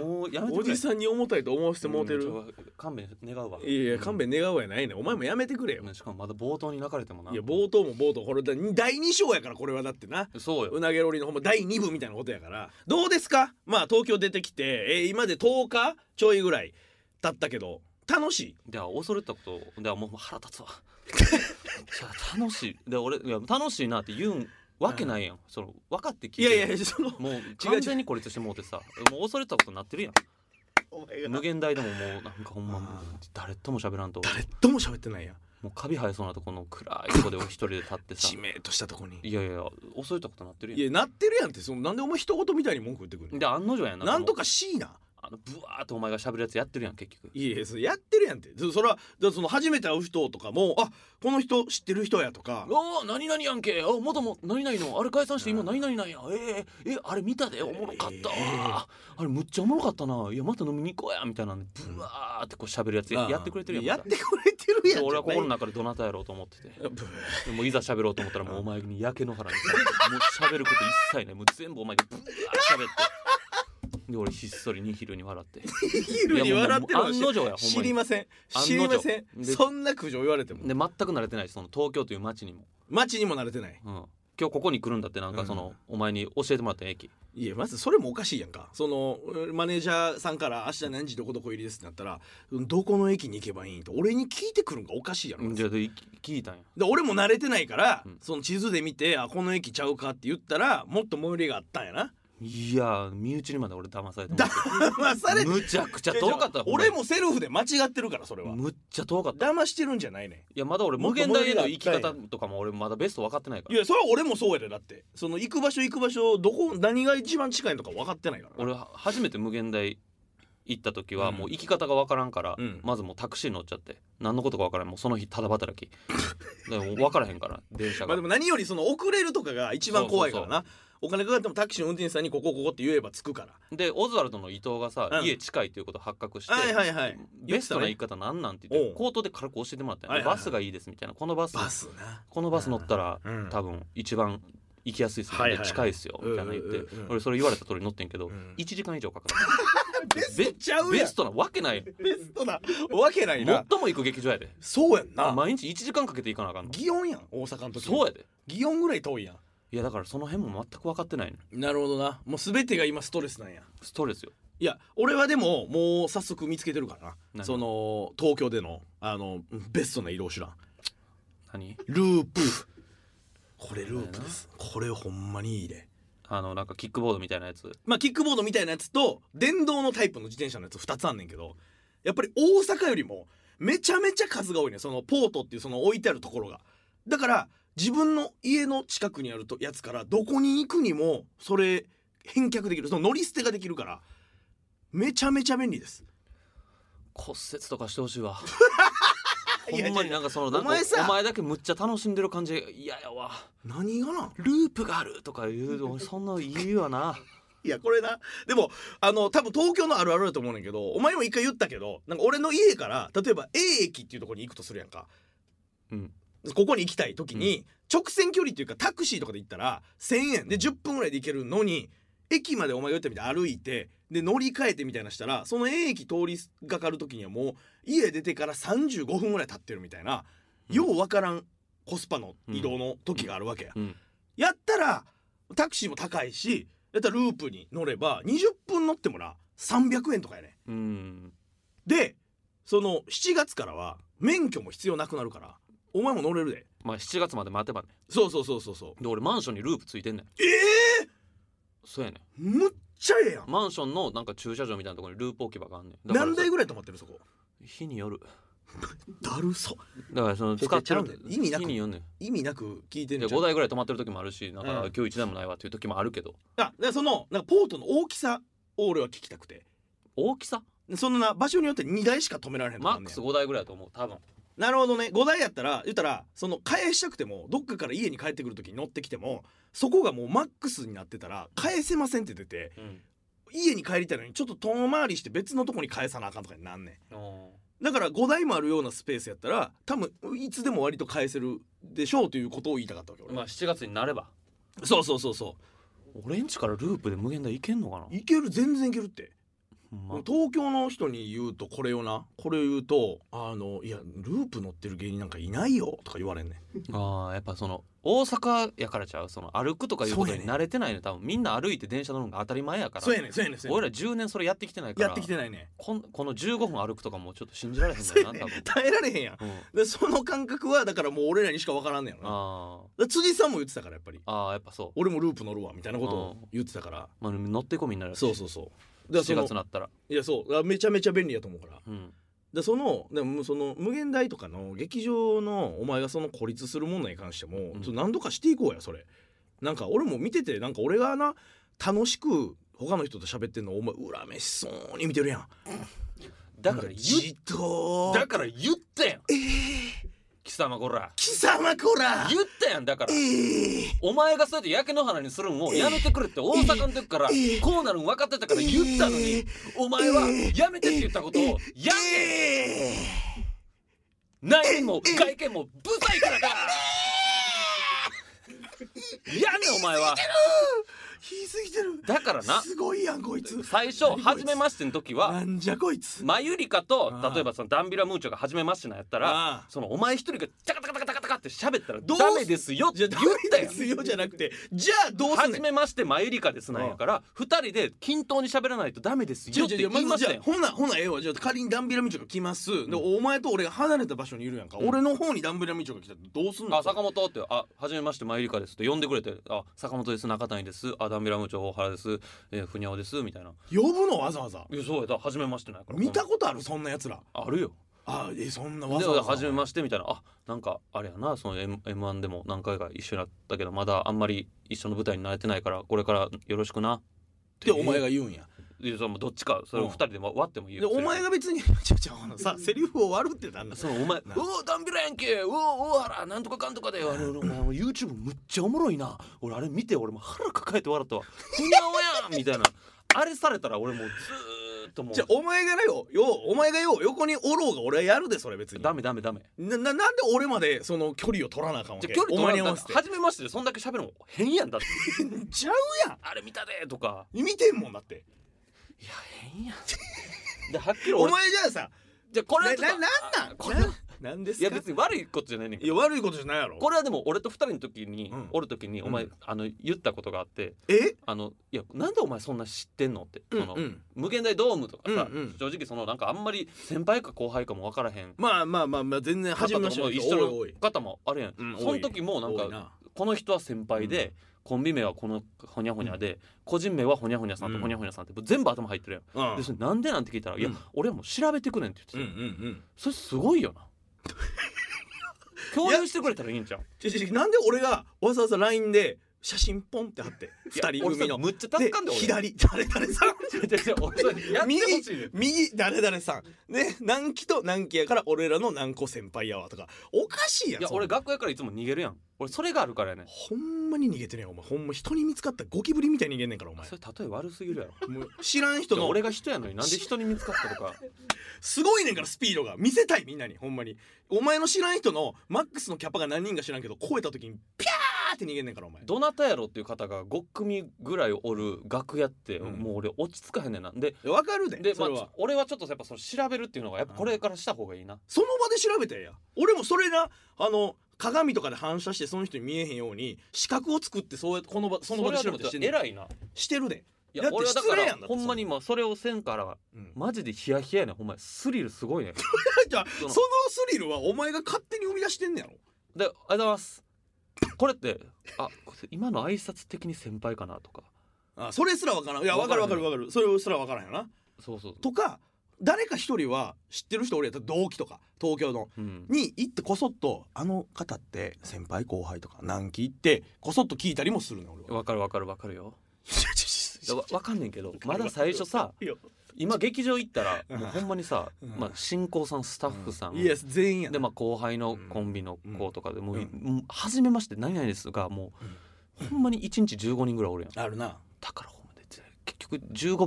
[SPEAKER 4] もうやめて
[SPEAKER 5] お
[SPEAKER 4] くれ
[SPEAKER 5] じさんに重たいと思わせてもうてる、
[SPEAKER 4] んちょ勘弁願うわ
[SPEAKER 5] いやいや勘弁願うやないねんお前もやめてくれよ、
[SPEAKER 4] うんしかもまだ冒頭に泣かれてもない
[SPEAKER 5] や冒頭も冒頭これだ第2章やからこれはだってな
[SPEAKER 4] そうよ
[SPEAKER 5] うなげロリのほんま第2部みたいなことやからどうですかまあ東京出てきて、えー今で10日ちょいぐらい経ったけど楽しい
[SPEAKER 4] で恐れたことでもう腹立つ わいや楽しいで俺いや楽しいなって言うんわけないやん、その分かって聞いて
[SPEAKER 5] い
[SPEAKER 4] る
[SPEAKER 5] やいやいやその
[SPEAKER 4] もう完全に孤立してもうてさもう恐れたことになってるやん
[SPEAKER 5] お前が
[SPEAKER 4] 無限大でももうなんかほんまもう
[SPEAKER 5] あ
[SPEAKER 4] 誰とも喋らんと
[SPEAKER 5] 誰とも喋ってないやん
[SPEAKER 4] もうカビ生えそうなとこの暗いとこで俺一人で立ってさ
[SPEAKER 5] じめっとしたとこに
[SPEAKER 4] いやいや恐れたことになってる
[SPEAKER 5] い
[SPEAKER 4] や
[SPEAKER 5] やなってるやんってそのなんでお前一言みたいに文句言ってくる
[SPEAKER 4] ん
[SPEAKER 5] の
[SPEAKER 4] で案の定やんな
[SPEAKER 5] なんとか
[SPEAKER 4] も
[SPEAKER 5] しいな
[SPEAKER 4] うあのブワーっとお前が喋るやつやってるやん結局
[SPEAKER 5] いやいやそれやってるやんってそそれはだからその初めて会う人とかもあこの人知ってる人やとか
[SPEAKER 4] おお何々やんけお元も何々のあれ解散して今何々なんやえええあれ見たでおもろかったわ、
[SPEAKER 5] え
[SPEAKER 4] あれむっちゃおもろかったないやまた飲みに行こうやみたいなんでブワーってこう喋るやつや,、
[SPEAKER 5] ああ
[SPEAKER 4] やってくれてるやん
[SPEAKER 5] やっ
[SPEAKER 4] また
[SPEAKER 5] てくれてるやん
[SPEAKER 4] で俺は
[SPEAKER 5] じゃない
[SPEAKER 4] 心の中でどなたやろうと思ってて
[SPEAKER 5] ブー
[SPEAKER 4] でもいざ喋ろうと思ったらもうお前にやけの腹にもう喋ること一切ないもう全部お前にブワー喋ってで俺ひっそりニヒルに笑って
[SPEAKER 5] ヒルに笑ってる
[SPEAKER 4] いやもうもう案の定やほんまに
[SPEAKER 5] 知りません
[SPEAKER 4] 案の定
[SPEAKER 5] 知りません
[SPEAKER 4] で
[SPEAKER 5] そんな苦情言われても
[SPEAKER 4] で全く慣れてないしその東京という街にも、
[SPEAKER 5] 街にも慣れてない
[SPEAKER 4] うん、今日ここに来るんだってなんかその、お前に教えてもらった駅
[SPEAKER 5] いやまずそれもおかしいやんかそのうんマネージャーさんから「明日何時どこどこ入りです」ってなったら「うんどこの駅に行けばいい?」と俺に聞いてくるんがおかしいやろまず
[SPEAKER 4] じゃあで聞いたんや
[SPEAKER 5] で俺も慣れてないから、
[SPEAKER 4] うん
[SPEAKER 5] その地図で見て「あこの駅ちゃうか」って言ったらもっと最寄りがあったんやない
[SPEAKER 4] や身内にまで俺騙されて
[SPEAKER 5] だまされて
[SPEAKER 4] むちゃくちゃ遠かったよほんまに
[SPEAKER 5] 俺もセルフで間違ってるからそれは
[SPEAKER 4] むっちゃ遠かったい
[SPEAKER 5] 騙してるんじゃないね
[SPEAKER 4] やまだ俺
[SPEAKER 5] もっ
[SPEAKER 4] 無
[SPEAKER 5] と最
[SPEAKER 4] 限
[SPEAKER 5] 寄
[SPEAKER 4] 大
[SPEAKER 5] り
[SPEAKER 4] へ
[SPEAKER 5] が
[SPEAKER 4] の
[SPEAKER 5] あったんや
[SPEAKER 4] 行き方とかも俺まだベスト分かってないか
[SPEAKER 5] んい
[SPEAKER 4] ら
[SPEAKER 5] やそれは俺もそうやでだってその行く場所行く場所どこ何が一番近いのか分かってないからな
[SPEAKER 4] 俺は初めて無限大行った時は
[SPEAKER 5] うん
[SPEAKER 4] もう行き方が分からんから、
[SPEAKER 5] うん
[SPEAKER 4] まずもうタクシー乗っちゃって何のことか分からんもうその日ただ働 きでも分からへんから電車
[SPEAKER 5] まあ
[SPEAKER 4] が
[SPEAKER 5] でも何よりその遅れるとかが一番怖いからなお金かかってもタクシーの運転手さんにここここって言えば着くから
[SPEAKER 4] でオズワルドの伊藤がさ、
[SPEAKER 5] うん
[SPEAKER 4] 家近いということを発覚して、
[SPEAKER 5] はいはいはい
[SPEAKER 4] ベストな
[SPEAKER 5] 言
[SPEAKER 4] 行
[SPEAKER 5] っ
[SPEAKER 4] き方
[SPEAKER 5] て
[SPEAKER 4] なんなんって言っ
[SPEAKER 5] お
[SPEAKER 4] て
[SPEAKER 5] う
[SPEAKER 4] 口頭で軽く教えてもらったんや
[SPEAKER 5] はいはいはい
[SPEAKER 4] バスがいいですみたいなこのバス
[SPEAKER 5] たねバスな
[SPEAKER 4] このバス乗ったら、
[SPEAKER 5] うん
[SPEAKER 4] 多分一番行きやすいですよ、
[SPEAKER 5] はいはいはい
[SPEAKER 4] で近いですよみたいな言って、
[SPEAKER 5] うんうんうん
[SPEAKER 4] 俺それ言われた通り乗ってんけど、
[SPEAKER 5] ん
[SPEAKER 4] 1時間以上かかる
[SPEAKER 5] ベ ストちゃうやん
[SPEAKER 4] ベストなわけない
[SPEAKER 5] ベストなわけないな
[SPEAKER 4] 最も行く劇場やで
[SPEAKER 5] そうやんな
[SPEAKER 4] 毎日1時間かけて行かなあかんの
[SPEAKER 5] 祇園やん大阪の時
[SPEAKER 4] そうやで
[SPEAKER 5] 祇園ぐらい遠いや
[SPEAKER 4] いやだからその辺も全く分かってないの
[SPEAKER 5] んなるほどなもう全てが今ストレスなんや
[SPEAKER 4] ストレスよ
[SPEAKER 5] いや俺はでももう早速見つけてるからな
[SPEAKER 4] 何
[SPEAKER 5] その東京でのあのベストな色を知らん
[SPEAKER 4] 何
[SPEAKER 5] ループこれループですこれほんまにいいで
[SPEAKER 4] あのなんかキックボードみたいなやつ
[SPEAKER 5] まあ、キックボードみたいなやつと電動のタイプの自転車のやつ2つあんねんけどやっぱり大阪よりもめちゃめちゃ数が多いねんそのポートっていうその置いてあるところがだから自分の家の近くにあるとやつからどこに行くにもそれ返却できるその乗り捨てができるからめちゃめちゃ便利です
[SPEAKER 4] 骨折とかしてほしいわ
[SPEAKER 5] いや
[SPEAKER 4] ほんまになんかその
[SPEAKER 5] い
[SPEAKER 4] な
[SPEAKER 5] や
[SPEAKER 4] んか
[SPEAKER 5] お前さ
[SPEAKER 4] お前だけむっちゃ楽しんでる感じ嫌や わ
[SPEAKER 5] 何がなん
[SPEAKER 4] ループがあるとか言うのそんなの言うわ ない
[SPEAKER 5] やこれなでもあの多分東京のあるあるだと思うねんけどお前も一回言ったけどなんか俺の家から例えば A 駅っていうところに行くとするやんか
[SPEAKER 4] うん
[SPEAKER 5] ここに行きたい時に、直線距離っていうかタクシーとかで行ったら1,000円で10分ぐらいで行けるのに駅までお前が言ったみたいに歩いてで乗り換えてみたいなしたらその A 駅通りがかる時にはもう家出てから35分ぐらい経ってるみたいな、
[SPEAKER 4] うん
[SPEAKER 5] ようわからんコスパの移動の時があるわけや、
[SPEAKER 4] うん
[SPEAKER 5] やったらタクシーも高いしやったらループに乗れば20分乗ってもら300円とかやね
[SPEAKER 4] うん
[SPEAKER 5] でその7月からは免許も必要なくなるからお前も乗れるで
[SPEAKER 4] まあ7月まで待てばね
[SPEAKER 5] そうそうそうそうそう
[SPEAKER 4] で俺マンションにループついてんねん
[SPEAKER 5] ええ
[SPEAKER 4] そうやねん
[SPEAKER 5] むっちゃええやん
[SPEAKER 4] マンションのなんか駐車場みたいなところにループ置き場があんねんだから
[SPEAKER 5] 何台ぐらい止まってるそこ
[SPEAKER 4] 日による
[SPEAKER 5] だるそ
[SPEAKER 4] だからその
[SPEAKER 5] ちょ
[SPEAKER 4] 使ってる
[SPEAKER 5] ちょちょ意味なく
[SPEAKER 4] 日によんねん
[SPEAKER 5] 意味なく聞いて
[SPEAKER 4] い
[SPEAKER 5] る
[SPEAKER 4] や
[SPEAKER 5] んちゃ
[SPEAKER 4] 5
[SPEAKER 5] う
[SPEAKER 4] 台ぐらい止まってる時もあるしなんか
[SPEAKER 5] うん
[SPEAKER 4] 今日1台もないわっていう時もあるけど
[SPEAKER 5] あでそのなんかポートの大きさを俺は聞きたくて
[SPEAKER 4] 大きさ
[SPEAKER 5] そんな場所によって2台しか止められへんと
[SPEAKER 4] マ
[SPEAKER 5] かあ
[SPEAKER 4] ッ
[SPEAKER 5] んねん
[SPEAKER 4] クス5台ぐらいだと思う多分
[SPEAKER 5] なるほどね5台やったら言ったらその返したくてもどっかから家に帰ってくる時に乗ってきてもそこがもうマックスになってたら返せませんって出て家に帰りたいのにちょっと遠回りして別のとこに返さなあかんとかになんねんだから5台もあるようなスペースやったら多分いつでも割と返せるでしょうということを言いたかったわけ俺、
[SPEAKER 4] まあ7月になれば
[SPEAKER 5] そうそうそうそ
[SPEAKER 4] 俺んちからループで無限大いけんのかな
[SPEAKER 5] ういける全然いけるって
[SPEAKER 4] ほんま
[SPEAKER 5] 東京の人に言うとこれよなこれを言うと「あのいやループ乗ってる芸人なんかいないよ」とか言われんねん
[SPEAKER 4] あーやっぱその大阪やからちゃうその歩くとかいうこと
[SPEAKER 5] そう
[SPEAKER 4] に
[SPEAKER 5] やねん
[SPEAKER 4] 慣れてないね多分みんな歩いて電車乗るのが当たり前やから
[SPEAKER 5] そうやねんそうやねんそうやね
[SPEAKER 4] 俺ら10年それやってきてない
[SPEAKER 5] ん
[SPEAKER 4] から
[SPEAKER 5] やってきてないね
[SPEAKER 4] こんこの15分歩くとかもちょっと信じられへん
[SPEAKER 5] そう
[SPEAKER 4] だ
[SPEAKER 5] や
[SPEAKER 4] よな多
[SPEAKER 5] ね
[SPEAKER 4] 分、
[SPEAKER 5] ん耐えられへんやん
[SPEAKER 4] うん、
[SPEAKER 5] でその感覚はだからもう俺らにしか分からんねやろなだか
[SPEAKER 4] あー
[SPEAKER 5] ら辻さんも言ってたからやっぱり
[SPEAKER 4] あーやっぱそう、
[SPEAKER 5] 俺もループ乗るわみたいなことを言ってたから
[SPEAKER 4] まあ、乗ってこうみんなで
[SPEAKER 5] そうそうそうだ
[SPEAKER 4] 7月
[SPEAKER 5] からそ
[SPEAKER 4] に
[SPEAKER 5] の
[SPEAKER 4] なったら、
[SPEAKER 5] いやそうだからめちゃめちゃ便利やと思うから
[SPEAKER 4] うん、
[SPEAKER 5] でそのでもその無限大とかの劇場のお前がその孤立するものに関しても、
[SPEAKER 4] うん
[SPEAKER 5] ちょっと何度かしていこうやそれなんか俺も見ててなんか俺がな楽しく他の人と喋ってんのお前恨めしそうに見てるやん
[SPEAKER 4] だから
[SPEAKER 5] なん
[SPEAKER 4] 言
[SPEAKER 5] じっと
[SPEAKER 4] だから言ったやん、貴様こら
[SPEAKER 5] 貴様こら
[SPEAKER 4] 言ったやんだから
[SPEAKER 5] えー
[SPEAKER 4] お前がそうやって焼け野原にするんをやめてくれって大阪の時から
[SPEAKER 5] ええ
[SPEAKER 4] こうなるん分かってたから言ったの
[SPEAKER 5] え
[SPEAKER 4] に
[SPEAKER 5] え
[SPEAKER 4] お前はやめてって言ったことをやめ
[SPEAKER 5] え
[SPEAKER 4] 内面も外見もブサイクだからやねんお前は
[SPEAKER 5] ー引いすぎてる
[SPEAKER 4] だからな
[SPEAKER 5] すごいやんこいつ
[SPEAKER 4] 最初初めましての時は
[SPEAKER 5] なんじゃこいつ
[SPEAKER 4] マユリカと
[SPEAKER 5] ああ
[SPEAKER 4] 例えばそのダンビラムーチョが初めましてなんやったら
[SPEAKER 5] ああ
[SPEAKER 4] そのお前一人がチャカチャカチャカチャカチャカって喋ったら
[SPEAKER 5] どう
[SPEAKER 4] ダメですよっ
[SPEAKER 5] じゃ
[SPEAKER 4] て
[SPEAKER 5] あ
[SPEAKER 4] 言
[SPEAKER 5] ダ
[SPEAKER 4] った
[SPEAKER 5] メ
[SPEAKER 4] や
[SPEAKER 5] で
[SPEAKER 4] ん
[SPEAKER 5] すよじゃなくてじゃあどうすんね
[SPEAKER 4] 初
[SPEAKER 5] ん
[SPEAKER 4] めましてマユリカですなんやから二人で均等に喋らないとダメです
[SPEAKER 5] じゃ
[SPEAKER 4] よ
[SPEAKER 5] あ
[SPEAKER 4] って
[SPEAKER 5] じゃ
[SPEAKER 4] 言
[SPEAKER 5] あ
[SPEAKER 4] い
[SPEAKER 5] ま
[SPEAKER 4] ま
[SPEAKER 5] ず
[SPEAKER 4] し
[SPEAKER 5] じ
[SPEAKER 4] たよ
[SPEAKER 5] ゃあほなほなええわじゃあ仮にダンビラミチョが来ます、でお前と俺が離れた場所にいるやんか、俺の方にダンビラミチョが来たらどうすんの
[SPEAKER 4] あ坂本って「あはじめましてマユリカです」って呼んでくれて「あ坂本です中谷ですあダンビラムーチョ大原です、えー、ふにゃおです」みたいな
[SPEAKER 5] 呼ぶのわざわざ
[SPEAKER 4] 「いやそうやったはじめましてなんやから」
[SPEAKER 5] 見たことあるそんなやつら
[SPEAKER 4] あるよ
[SPEAKER 5] あえそんなわ
[SPEAKER 4] で
[SPEAKER 5] ざわざ
[SPEAKER 4] はじめましてみたいなあなんかあれやなその M M1 でも何回か一緒になったけどまだあんまり一緒の舞台に慣れてないからこれからよろしくな
[SPEAKER 5] ってお前が言うんや
[SPEAKER 4] いやそのどっちかそれを二人で割ってもいい
[SPEAKER 5] で
[SPEAKER 4] よ
[SPEAKER 5] お前が別に ちょちょあのさセリフを割るってなんだ
[SPEAKER 4] そのお前「おおダンビラやんけおお大原なんとかかんとかであれお前 YouTube むっちゃおもろいな俺あれ見て俺もう腹抱えて笑ったわ ふにゃおやん」みたいなあれされたら俺もうずーっともう
[SPEAKER 5] じゃあお前がなよようお前がよう横におろうが俺はやるでそれ別に
[SPEAKER 4] ダメダメダメ
[SPEAKER 5] なななんで俺までその距離を取らなあかんわ
[SPEAKER 4] じゃ
[SPEAKER 5] け
[SPEAKER 4] あ距離
[SPEAKER 5] お前
[SPEAKER 4] 取
[SPEAKER 5] に合
[SPEAKER 4] ら
[SPEAKER 5] わ
[SPEAKER 4] ん
[SPEAKER 5] せて
[SPEAKER 4] 初めましてでそんだけ喋るの変やんだって
[SPEAKER 5] ちゃうや
[SPEAKER 4] あれ見たでとか
[SPEAKER 5] ん見てんもんだって
[SPEAKER 4] いや変やんではっきり
[SPEAKER 5] お
[SPEAKER 4] 俺
[SPEAKER 5] 前じゃあさ
[SPEAKER 4] じゃあこれ
[SPEAKER 5] な
[SPEAKER 4] はちょっ
[SPEAKER 5] な
[SPEAKER 4] と
[SPEAKER 5] なんなん
[SPEAKER 4] これはい
[SPEAKER 5] なんです
[SPEAKER 4] や
[SPEAKER 5] か
[SPEAKER 4] 別に悪いことじゃないねん
[SPEAKER 5] い
[SPEAKER 4] け
[SPEAKER 5] や
[SPEAKER 4] ど
[SPEAKER 5] 悪いことじゃないやろ
[SPEAKER 4] これはでも俺と二人の時に、
[SPEAKER 5] うん
[SPEAKER 4] おる時にお前、
[SPEAKER 5] うん
[SPEAKER 4] あの言ったことがあって
[SPEAKER 5] え
[SPEAKER 4] あのいやなんでお前そんな知ってんのって、その
[SPEAKER 5] うん
[SPEAKER 4] 無限大ドームとかさ、
[SPEAKER 5] うんうん
[SPEAKER 4] 正直そのなんかあんまり先輩か後輩かも分からへん
[SPEAKER 5] まあまあまあまあ全然初めまして
[SPEAKER 4] 方とかも
[SPEAKER 5] の人
[SPEAKER 4] 一緒
[SPEAKER 5] 多い多い
[SPEAKER 4] の方もあるやん、
[SPEAKER 5] うん多いね
[SPEAKER 4] その時もなん
[SPEAKER 5] 多い
[SPEAKER 4] かこの人は先輩で、コンビ名はこのほにゃほにゃで、個人名はほにゃほにゃさんと
[SPEAKER 5] うん
[SPEAKER 4] ほにゃほにゃさんって全部頭入ってる
[SPEAKER 5] うん
[SPEAKER 4] やん、でそれなんでなんて聞いたら「いや
[SPEAKER 5] うん
[SPEAKER 4] 俺はもう調べてくれん」って言ってた
[SPEAKER 5] うんう
[SPEAKER 4] よ、
[SPEAKER 5] んうん
[SPEAKER 4] それすごいよな共有してくれたらいいんじゃん
[SPEAKER 5] ちょちょちょなんで俺がわざわざ LINE で写真ポンって貼って二人組の
[SPEAKER 4] むっちゃ助かんで
[SPEAKER 5] で
[SPEAKER 4] 俺
[SPEAKER 5] 左誰々さん
[SPEAKER 4] 違う違う違う俺それやって
[SPEAKER 5] 右
[SPEAKER 4] ほしいねん
[SPEAKER 5] 右誰々さんね何期と何期やから俺らの何個先輩やわとかおかしいや
[SPEAKER 4] い
[SPEAKER 5] ん
[SPEAKER 4] や
[SPEAKER 5] そんな
[SPEAKER 4] 俺楽屋からいつも逃げるやん俺それがあるからやねん
[SPEAKER 5] ほんまに逃げてるやんお前ほんま人に見つかったらゴキブリみたいに逃げんねんからお前
[SPEAKER 4] それ例え悪すぎるやろ
[SPEAKER 5] もう知らん人の
[SPEAKER 4] 俺が人や のになんで人に見つかったと か
[SPEAKER 5] すごいねんからスピードが見せたいみんなにほんまにお前の知らん人のマックスのキャパが何人か知らんけど超えた時にピャーって逃げんねんからお前
[SPEAKER 4] どなたやろっていう方が5組ぐらいおる楽屋って
[SPEAKER 5] うん
[SPEAKER 4] もう俺落ち着かへんねんなで
[SPEAKER 5] わかるで
[SPEAKER 4] で、
[SPEAKER 5] そ
[SPEAKER 4] ま
[SPEAKER 5] れ
[SPEAKER 4] あ
[SPEAKER 5] は、
[SPEAKER 4] ちょ俺はちょっとやっぱそれ調べるっていうのがやっぱこれからした方がいいな
[SPEAKER 5] その場で調べたらええやん俺もそれなあの鏡とかで反射してその人に見えへんように視覚を作ってそうやってこの場その場で調べたりしてんねん
[SPEAKER 4] 偉いな
[SPEAKER 5] してるで
[SPEAKER 4] いや
[SPEAKER 5] だって
[SPEAKER 4] 俺はだ
[SPEAKER 5] 失
[SPEAKER 4] か
[SPEAKER 5] 礼や
[SPEAKER 4] ら
[SPEAKER 5] んだって
[SPEAKER 4] ほんまに今それをせんから
[SPEAKER 5] うん
[SPEAKER 4] マジでヒヤヒヤやねんほんまにスリルすごいね
[SPEAKER 5] じゃあそ
[SPEAKER 4] そ
[SPEAKER 5] の
[SPEAKER 4] の
[SPEAKER 5] スリルはお前が勝手に生み出してんねやろ
[SPEAKER 4] で「ありがとうございます」これってあこれ今の挨拶的に先輩かなとか
[SPEAKER 5] あそれすらわからんいやわかるわかるわかるそれすらわからんよな
[SPEAKER 4] そうそう
[SPEAKER 5] とか誰か一人は知ってる人俺やったら同期とか東京の
[SPEAKER 4] うん
[SPEAKER 5] に行ってこそっとあの方って先輩後輩とか何期行ってこそっと聞いたりもするねん俺は
[SPEAKER 4] わかるわかるわかるよいやわわかんねんけど
[SPEAKER 5] かる
[SPEAKER 4] まだ最初さ
[SPEAKER 5] いや
[SPEAKER 4] 今劇場行ったら
[SPEAKER 5] うん
[SPEAKER 4] もうほんまにさ、
[SPEAKER 5] うん
[SPEAKER 4] まあ、進行さんスタッフさん、
[SPEAKER 5] イエス全員やな
[SPEAKER 4] でまあ後輩のコンビの子とかでもう,、
[SPEAKER 5] うん
[SPEAKER 4] うん初めまして何々ですがもう、ほんまに1日15人ぐらいおるやんだ
[SPEAKER 5] あるな
[SPEAKER 4] からほんまで結局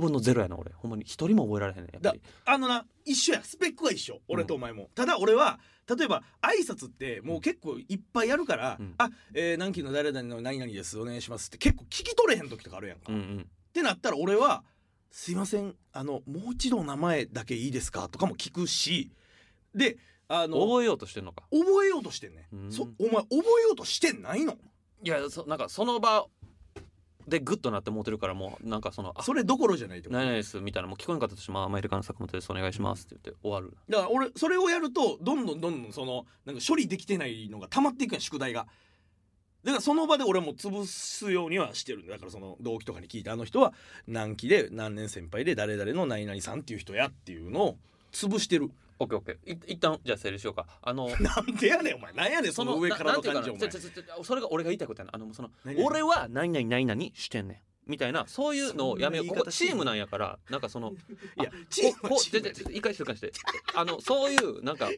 [SPEAKER 4] 15分の0やな俺ほんまに1人も覚えられへんねんやっぱり
[SPEAKER 5] あのな一緒やスペックは一緒俺とお前も、ただ俺は例えば挨拶ってもう結構いっぱいやるから「
[SPEAKER 4] うん
[SPEAKER 5] あ、えー、何期の誰々の何々ですお願いします」って結構聞き取れへん時とかあるやんか、
[SPEAKER 4] うんう
[SPEAKER 5] っ
[SPEAKER 4] ん
[SPEAKER 5] てなったら俺は「すいませんあのもう一度名前だけいいですか?」とかも聞くしであの覚
[SPEAKER 4] 覚えようとしてんのか
[SPEAKER 5] えようとしてんね、
[SPEAKER 4] うん
[SPEAKER 5] そお前覚えようとしてないの
[SPEAKER 4] いやそなんかその場でグッとなって思ってるからもうなんかその「あ
[SPEAKER 5] それどころじゃないってこと
[SPEAKER 4] 何々です」みたいなもう聞こえんかったとしても「あマイルカの坂本ですお願いします」って言って終わる
[SPEAKER 5] だから俺それをやるとどんどんどんどんそのなんか処理できてないのが溜まっていくやん宿題がだからその場で俺はもう潰すようにはしてるんだだからその同期とかに聞いたあの人は何期で何年先輩で誰々の何々さんっていう人やっていうのを潰してる
[SPEAKER 4] オッケーオッケーい一旦じゃあ整理しようかあの
[SPEAKER 5] なんでやねんお前なんやねんその上からの感じお
[SPEAKER 4] ななんていう
[SPEAKER 5] 前
[SPEAKER 4] かなちょちょちょそれが俺が言いたいことやなあのその
[SPEAKER 5] 何々
[SPEAKER 4] 俺は何々何々してんねんみたいなそういうのをやめよう
[SPEAKER 5] そんな言い
[SPEAKER 4] ここ
[SPEAKER 5] 方
[SPEAKER 4] チームなんやからなんかその
[SPEAKER 5] いやチーム
[SPEAKER 4] こ
[SPEAKER 5] は
[SPEAKER 4] う
[SPEAKER 5] チー
[SPEAKER 4] ち
[SPEAKER 5] ム
[SPEAKER 4] ょちょちょ一回静かにしてあのそういうなんか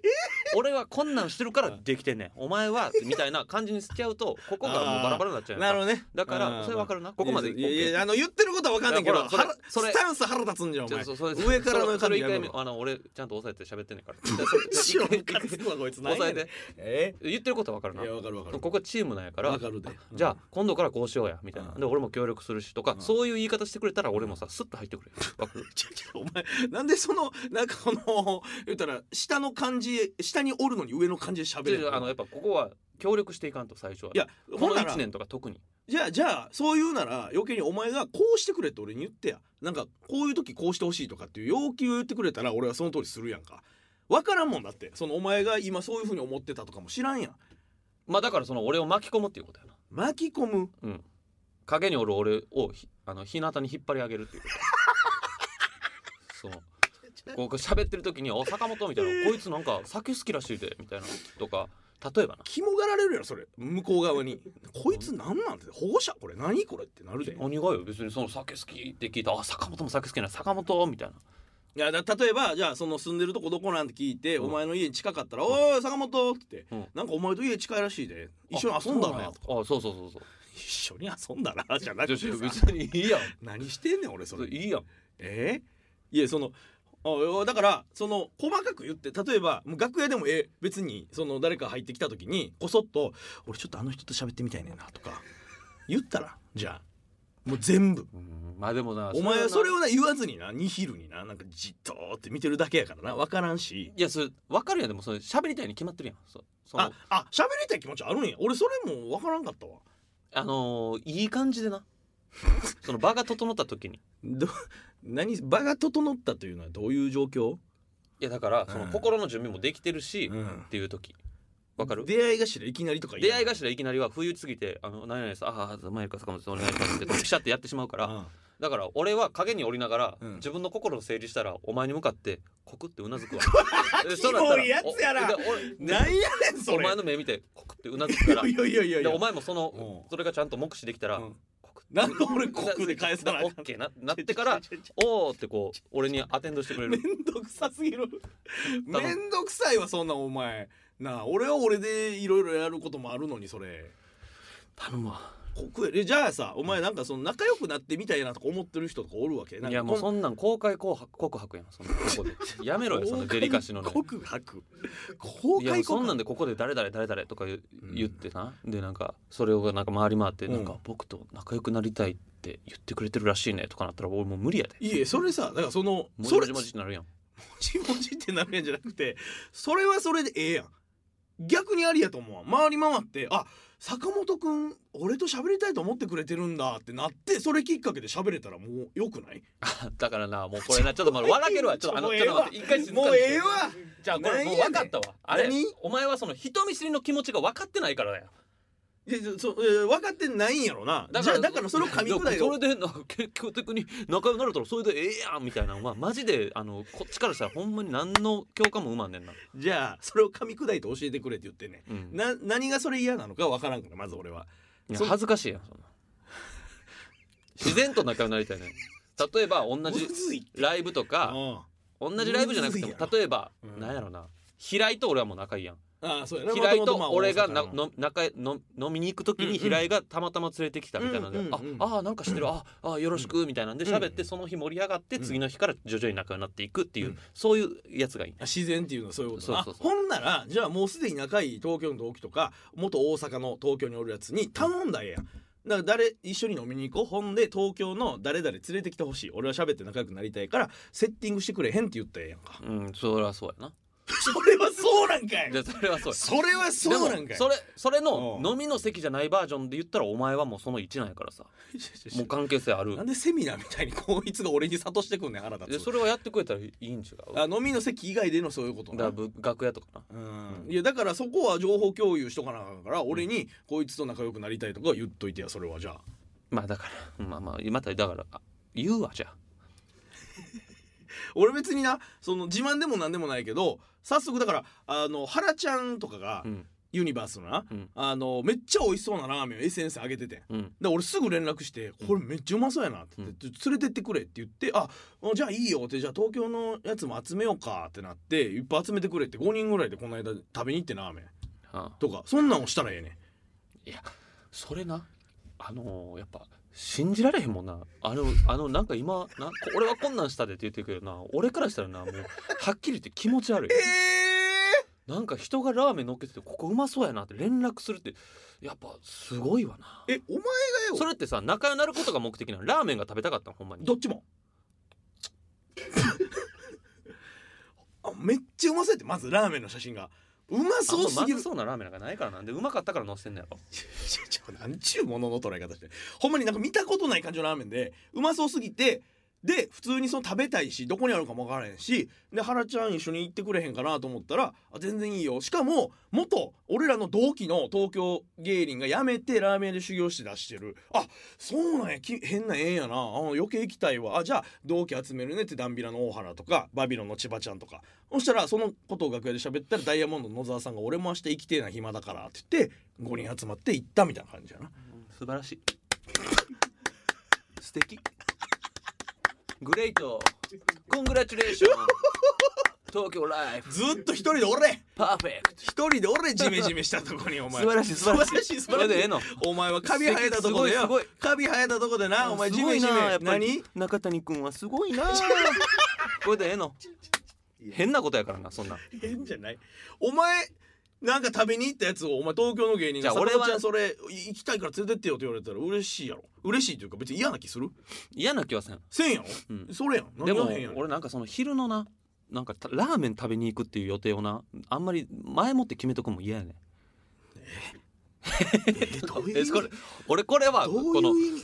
[SPEAKER 4] 俺はこんなんしてるからできてんねんお前はみたいな感じに付き合うとここがもうバラバラになっちゃう
[SPEAKER 5] な
[SPEAKER 4] やんか
[SPEAKER 5] るほどね
[SPEAKER 4] だからそれ分か
[SPEAKER 5] る
[SPEAKER 4] るなここまで
[SPEAKER 5] いやいやいやあの言ってることは分かんないけ
[SPEAKER 4] い
[SPEAKER 5] ど
[SPEAKER 4] やほら
[SPEAKER 5] 腹
[SPEAKER 4] それ
[SPEAKER 5] スタンス腹立つんじゃんお
[SPEAKER 4] ちょ
[SPEAKER 5] 前
[SPEAKER 4] そうそれ
[SPEAKER 5] 上からの
[SPEAKER 4] そ
[SPEAKER 5] 感
[SPEAKER 4] れ
[SPEAKER 5] じ
[SPEAKER 4] 一
[SPEAKER 5] やめ
[SPEAKER 4] 回
[SPEAKER 5] ろ
[SPEAKER 4] 目あの俺ちゃんと押さえて喋ってんねん からじゃあそれ
[SPEAKER 5] 一
[SPEAKER 4] 一回
[SPEAKER 5] 応
[SPEAKER 4] 一
[SPEAKER 5] ムカ
[SPEAKER 4] 回
[SPEAKER 5] つくわこいつ何
[SPEAKER 4] 押さえ
[SPEAKER 5] やねん
[SPEAKER 4] て
[SPEAKER 5] え
[SPEAKER 4] 言ってることは分かる
[SPEAKER 5] い
[SPEAKER 4] な
[SPEAKER 5] や分かる分かる
[SPEAKER 4] ここチームなんやから
[SPEAKER 5] わかるでうん
[SPEAKER 4] じゃあ今度からこうしようやみたいな、
[SPEAKER 5] うん
[SPEAKER 4] で俺も協力するしとか、
[SPEAKER 5] うん
[SPEAKER 4] そういう言い方してくれたら俺もさスッと入ってく れわかる
[SPEAKER 5] ちょちょお前なんでそのなんかこの言ったら下の感じ下におるのに上の感じで喋
[SPEAKER 4] で
[SPEAKER 5] れる
[SPEAKER 4] あのやっぱここは協力していかんと最初はい
[SPEAKER 5] や
[SPEAKER 4] こ
[SPEAKER 5] ほん
[SPEAKER 4] の
[SPEAKER 5] なら
[SPEAKER 4] 1年とか特に
[SPEAKER 5] じゃあじゃあそう言うなら余計にお前がこうしてくれって俺に言ってやなんかこういう時こうしてほしいとかっていう要求を言ってくれたら俺はその通りするやんか分からんもんだってそのお前が今そういうふうに思ってたとかも知らんやん
[SPEAKER 4] まあだからその俺を巻き込むっていうことやな
[SPEAKER 5] 巻き込む
[SPEAKER 4] うん影におる俺をひあの日向に引っ張り上げるっていうことそうこうこう喋ってる時に「お坂本」みたいな「こいつなんか酒好きらしいで」みたいなとか例えばな
[SPEAKER 5] 肝がられるやろそれ向こう側にこいつなんなんて保護者これ何これってなるで
[SPEAKER 4] 何がよ別にその酒好きって聞いた「あ坂本も酒好きなんや坂本」みたいない
[SPEAKER 5] やだ例えばじゃあその住んでるとこどこなんて聞いて、
[SPEAKER 4] うん
[SPEAKER 5] お前の家に近かったら「おい坂本」って言って、
[SPEAKER 4] う
[SPEAKER 5] なんかお前と家近いらしいで一緒に遊んだな」とか
[SPEAKER 4] あそうそうそうそう
[SPEAKER 5] 「一緒に遊んだな」じゃなくて
[SPEAKER 4] 別
[SPEAKER 5] さ
[SPEAKER 4] にいいやん
[SPEAKER 5] 何してんねん俺そ
[SPEAKER 4] それ
[SPEAKER 5] れ
[SPEAKER 4] いいやん
[SPEAKER 5] えいやそのあだからその細かく言って例えばもう楽屋でもええ別にその誰か入ってきた時にこそっと「俺ちょっとあの人と喋ってみたいねんな」とか言ったらじゃあもう全部
[SPEAKER 4] まあでもな
[SPEAKER 5] お前はそれ
[SPEAKER 4] を
[SPEAKER 5] をな言わずになニヒルにななんかじっとーって見てるだけやからな分からんし
[SPEAKER 4] いやそれ分かるやんでもそれ喋りたいに決まってるやんそその
[SPEAKER 5] あ
[SPEAKER 4] あ
[SPEAKER 5] あ喋りたい気持ちあるんや俺それも分からんかったわ
[SPEAKER 4] のーいい感じでなその場が整った時に
[SPEAKER 5] ど何場が整ったというのはどういう状況、
[SPEAKER 4] いやだから
[SPEAKER 5] うん
[SPEAKER 4] その心の準備もできてるし、
[SPEAKER 5] ん
[SPEAKER 4] っ、ていう時わかる
[SPEAKER 5] 出会い頭いきなりとか
[SPEAKER 4] 出会い
[SPEAKER 5] が
[SPEAKER 4] 頭いきなりは冬過ぎて「あの何々さああマイルカ坂本ですお願いします」ってピシャってやってしまうからだから俺は影に降りながら、
[SPEAKER 5] うん
[SPEAKER 4] 自分の心を整理したらお前に向かってコクってうなずくわで
[SPEAKER 5] キモいやつやな
[SPEAKER 4] そうなったらおで俺
[SPEAKER 5] なんやねんそ
[SPEAKER 4] お
[SPEAKER 5] れ
[SPEAKER 4] 前の目見てコクってうなずくから
[SPEAKER 5] いやいやいやい
[SPEAKER 4] で
[SPEAKER 5] や
[SPEAKER 4] お前もその
[SPEAKER 5] うん
[SPEAKER 4] それがちゃんと目視できたら、
[SPEAKER 5] うん
[SPEAKER 4] コク
[SPEAKER 5] なんで俺コクで返さ なあ
[SPEAKER 4] オ
[SPEAKER 5] か
[SPEAKER 4] ッ
[SPEAKER 5] ん
[SPEAKER 4] ケーななってからおーってこう俺にアテンドしてくれ
[SPEAKER 5] め
[SPEAKER 4] る
[SPEAKER 5] んどくさすぎ るめんどくさいわそんなお前なあ俺は俺でいろいろやることもあるのにそれ
[SPEAKER 4] 頼むわ
[SPEAKER 5] コクえじゃあさお前なんかその仲良くなってみたいなとか思ってる人とかおるわけなんか
[SPEAKER 4] いやもう
[SPEAKER 5] こん
[SPEAKER 4] そんなん公開告白告白やんそんなんここで やめろよそのデリカシーのね
[SPEAKER 5] 公開告白公
[SPEAKER 4] いや
[SPEAKER 5] 開
[SPEAKER 4] そ
[SPEAKER 5] 告
[SPEAKER 4] んなん
[SPEAKER 5] 白
[SPEAKER 4] でここで誰々誰々とか言う
[SPEAKER 5] うん
[SPEAKER 4] 言ってな、でなんかそれをなんか回り回って
[SPEAKER 5] うん
[SPEAKER 4] なんか僕と仲良くなりたいって言ってくれてるらしいねとかなったら俺もう無理やで
[SPEAKER 5] いやそれさだからその
[SPEAKER 4] もじ
[SPEAKER 5] そ
[SPEAKER 4] も
[SPEAKER 5] れ
[SPEAKER 4] じもじってなるやん
[SPEAKER 5] もじもじってなるやんじゃなくてそれはそれでええやん逆にありやと思うわ回り回ってあ坂本くん俺と喋りたいと思ってくれてるんだってなってそれきっかけで喋れたらもうよくない
[SPEAKER 4] だからなもうこれなちょっとまだ笑ける わちょっとあの
[SPEAKER 5] もう
[SPEAKER 4] ち
[SPEAKER 5] ええ
[SPEAKER 4] ょっと
[SPEAKER 5] わ
[SPEAKER 4] 待って一回静かに
[SPEAKER 5] もうええわ
[SPEAKER 4] じゃあこれもう分かったわあ
[SPEAKER 5] やねん
[SPEAKER 4] れ
[SPEAKER 5] 何
[SPEAKER 4] お前はその人見知りの気持ちが分かってないからだよ
[SPEAKER 5] いやそえー分かってないんやろなじゃあだからそれを噛み砕いて
[SPEAKER 4] それでな結局的に仲良くなれたらそれでええやんみたいなのはマジであのこっちからしたらほんまに何の共感も生まんねんな、
[SPEAKER 5] じゃあそれを噛み砕いて教えてくれって言ってね
[SPEAKER 4] うん、
[SPEAKER 5] な何がそれ嫌なのか分からんからまず俺はい
[SPEAKER 4] や
[SPEAKER 5] そ
[SPEAKER 4] 恥ずかしいやんそんな自然と仲良くなりたいね例えば同
[SPEAKER 5] む
[SPEAKER 4] じ
[SPEAKER 5] ずい
[SPEAKER 4] ライブとか
[SPEAKER 5] あ
[SPEAKER 4] 同じライブじゃなくても
[SPEAKER 5] むずいやろ
[SPEAKER 4] 例えば、
[SPEAKER 5] うん
[SPEAKER 4] なんやろな平井と俺はもう仲いいやん
[SPEAKER 5] あそうやな
[SPEAKER 4] 平井
[SPEAKER 5] 元々ま
[SPEAKER 4] と
[SPEAKER 5] あ
[SPEAKER 4] 俺がな
[SPEAKER 5] 大阪の
[SPEAKER 4] の仲への飲みに行く時
[SPEAKER 5] うんう
[SPEAKER 4] に
[SPEAKER 5] ん
[SPEAKER 4] 平井がたまたま連れてきたみたいなので、
[SPEAKER 5] うんうんうん
[SPEAKER 4] ああーなんか知ってるああーよろしくみたいなんで
[SPEAKER 5] うん
[SPEAKER 4] 喋ってその日盛り上がって
[SPEAKER 5] うん
[SPEAKER 4] 次の日から徐々に仲良くなっていくっていう、
[SPEAKER 5] うん
[SPEAKER 4] そういうやつがいい
[SPEAKER 5] あ自然っていうのはそういうことな
[SPEAKER 4] そうそうそう
[SPEAKER 5] あほんならじゃあもうすでに仲いい東京の同期とか元大阪の東京におるやつに頼んだらええやんだから誰一緒に飲みに行こうほんで東京の誰々連れてきてほしい俺は喋って仲良くなりたいからセッティングしてくれへんって言ったらええや んか
[SPEAKER 4] うんそれはそうやな
[SPEAKER 5] それはそうなんかい
[SPEAKER 4] じゃあそれはそうや
[SPEAKER 5] それはそうなん
[SPEAKER 4] で
[SPEAKER 5] か
[SPEAKER 4] も
[SPEAKER 5] い
[SPEAKER 4] それそれの
[SPEAKER 5] うん
[SPEAKER 4] 飲みの席じゃないバージョンで言ったらお前はもうその一なんやからさもう関係性ある
[SPEAKER 5] なんでセミナーみたいにこいつが俺に諭してくんねん腹立
[SPEAKER 4] で
[SPEAKER 5] つ
[SPEAKER 4] それをやってくれたらいいん違う
[SPEAKER 5] あ飲みの席以外でのそういうこと
[SPEAKER 4] だからぶ楽屋とかな
[SPEAKER 5] うんいやだからそこは情報共有しとかなあかんから俺にこいつと仲良くなりたいとか言っといてやそれはじゃあ
[SPEAKER 4] まあだからまあまあまただからあ言うわじゃあ
[SPEAKER 5] 俺別になその自慢でもなんでもないけど早速だからあの原ちゃんとかが
[SPEAKER 4] うん
[SPEAKER 5] ユニバースのな、
[SPEAKER 4] うん
[SPEAKER 5] あのめっちゃ美味しそうなラーメンを SNS 上げててん
[SPEAKER 4] うん
[SPEAKER 5] で俺すぐ連絡して「これめっちゃうまそうやな」って
[SPEAKER 4] う
[SPEAKER 5] 言っ
[SPEAKER 4] ん
[SPEAKER 5] て「連れてってくれ」って言って「あじゃあいいよ」って「じゃあ東京のやつも集めようか」ってなっていっぱい集めてくれって5人ぐらいでこの間食べに行ってラーメン
[SPEAKER 4] あ
[SPEAKER 5] とかそんなんをしたらええねん。
[SPEAKER 4] いやそれなあのーやっぱ信じられへんもんなあのあのなんか今なこ俺はこんなんしたでって言ってるけどな俺からしたらなもうはっきり言って気持ち悪いなんか人がラーメン乗っけててここうまそうやなって連絡するってやっぱすごいわな
[SPEAKER 5] えお前がよ
[SPEAKER 4] それってさ仲良くなることが目的なのラーメンが食べたかったのほんまに
[SPEAKER 5] どっちも あめっちゃうまそうやってまずラーメンの写真がうま
[SPEAKER 4] あん
[SPEAKER 5] そう
[SPEAKER 4] ます
[SPEAKER 5] ぎ
[SPEAKER 4] ま
[SPEAKER 5] る
[SPEAKER 4] ずそうなラーメンがないからなんでうまかったから載せんのやろ
[SPEAKER 5] ちょ ちょなんちゅうものの捉え方してほんまになんか見たことない感じのラーメンでうまそうすぎてで普通にその食べたいしどこにあるかもわからへんしで原ちゃん一緒に行ってくれへんかなと思ったらあ全然いいよしかも元俺らの同期の東京芸人が辞めてラーメン屋で修行して出してるあそうなんやき変な縁やなあ余計行きたいわあじゃあ同期集めるねってダンビラの大原とかバビロンの千葉ちゃんとかそしたらそのことを楽屋で喋ったらダイヤモンドの野沢さんが「俺も明日生きてえな暇だから」って言って5人集まって行ったみたいな感じやな
[SPEAKER 4] 素晴らしい素敵グレイトコングラチュレーション東京ライフ
[SPEAKER 5] ずっと一人でおれ
[SPEAKER 4] パーフェクト
[SPEAKER 5] 一人でおれジメジメしたとこにお前
[SPEAKER 4] 素晴らしい素晴らしい
[SPEAKER 5] 素晴ら
[SPEAKER 4] それ
[SPEAKER 5] し
[SPEAKER 4] でえ
[SPEAKER 5] い
[SPEAKER 4] えの
[SPEAKER 5] お前はカビ生えたとこで
[SPEAKER 4] 素敵すごい
[SPEAKER 5] よ
[SPEAKER 4] すご
[SPEAKER 5] カビ生えたとこでなお前ジメジメ何
[SPEAKER 4] 中谷君はすごいな これでええの変なことやからなそんな
[SPEAKER 5] 変じゃないお前なんか食べに行ったやつをお前東京の芸人が「
[SPEAKER 4] じゃあ俺
[SPEAKER 5] 俺
[SPEAKER 4] は
[SPEAKER 5] ちゃんそれい行きたいから連れてってよ」って言われたら嬉しいやろ嬉しいというか別に嫌な気する
[SPEAKER 4] 嫌な気はせん
[SPEAKER 5] せんやろ、
[SPEAKER 4] うん
[SPEAKER 5] それやん
[SPEAKER 4] で
[SPEAKER 5] 何
[SPEAKER 4] も
[SPEAKER 5] が変やねん
[SPEAKER 4] 俺なんかその昼のななんかたラーメン食べに行くっていう予定をなあんまり前もって決めとくのも嫌やねん
[SPEAKER 5] えどういう意
[SPEAKER 4] え
[SPEAKER 5] 味
[SPEAKER 4] これ俺これは
[SPEAKER 5] どう
[SPEAKER 4] この
[SPEAKER 5] いう意味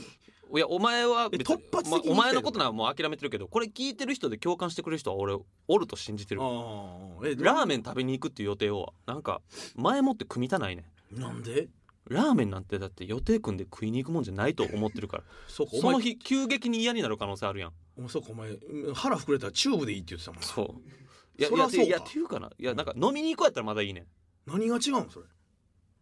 [SPEAKER 4] いやお前は別に
[SPEAKER 5] 突発的に
[SPEAKER 4] ま
[SPEAKER 5] 来てる
[SPEAKER 4] お前のことならもう諦めてるけどこれ聞いてる人で共感してくれる人は俺おると信じてる
[SPEAKER 5] ああえ
[SPEAKER 4] ラー
[SPEAKER 5] ン
[SPEAKER 4] メン食べに行くっていう予定をなんか前もって組みたないねん
[SPEAKER 5] なんで
[SPEAKER 4] ラーメンなんてだって予定組んで食いに行くもんじゃないと思ってる から
[SPEAKER 5] そうかお
[SPEAKER 4] そ
[SPEAKER 5] 前
[SPEAKER 4] の日急激に嫌になる可能性あるやん
[SPEAKER 5] お前そうかお前うん腹膨れたらチューブでいいって言ってたもん
[SPEAKER 4] そういや
[SPEAKER 5] そ
[SPEAKER 4] い
[SPEAKER 5] りゃ
[SPEAKER 4] や
[SPEAKER 5] そうか
[SPEAKER 4] いやっていうかないやなんか飲みに行こうやったらまだいいねん
[SPEAKER 5] 何が違うんそれ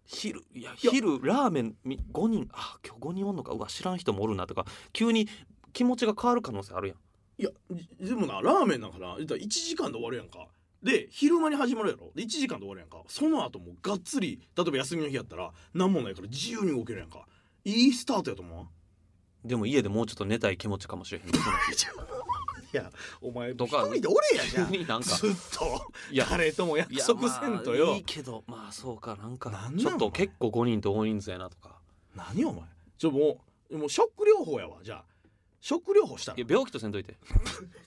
[SPEAKER 4] 昼いや
[SPEAKER 5] いや
[SPEAKER 4] 昼ラーメンみ5人あ今日5人おんのかうわ知らん人もおるなとか急に気持ちが変わる可能性あるやん
[SPEAKER 5] いやじでもなラーメンなんかな言ったら1時間で終わるやんかで昼間に始まるやろで1時間で終わるやんかその後もうがっつり例えば休みの日やったら何もないから自由に動けるやんかいいスタートやと思うわ
[SPEAKER 4] でも家でもうちょっと寝たい気持ちかもしれへん
[SPEAKER 5] いやお前一
[SPEAKER 4] とか
[SPEAKER 5] 人でおれやじゃん
[SPEAKER 4] 急になんか
[SPEAKER 5] ずっと
[SPEAKER 4] いや
[SPEAKER 5] 誰とも 約束せんとよ、
[SPEAKER 4] まあいいけどまあそうかなんか
[SPEAKER 5] なんなん
[SPEAKER 4] ちょっと結構5人と大人数やなとか
[SPEAKER 5] 何お前ちょもうもうショック療法やわじゃあショック療法した
[SPEAKER 4] い
[SPEAKER 5] ら
[SPEAKER 4] や病気とせんといて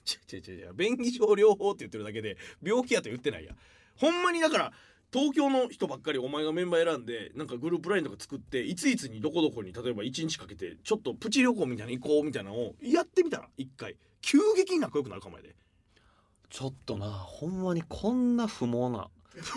[SPEAKER 5] ちょちょちょちょ便宜上療法って言ってるだけで病気やと言ってないやほんまにだから東京の人ばっかりお前がメンバー選んでなんかグループラインとか作っていついつにどこどこに例えば1日かけてちょっとプチ旅行みたいな行こうみたいなのをやってみたら一回急激に仲良くなるかもやで
[SPEAKER 4] ちょっとなほんまにこんな不毛な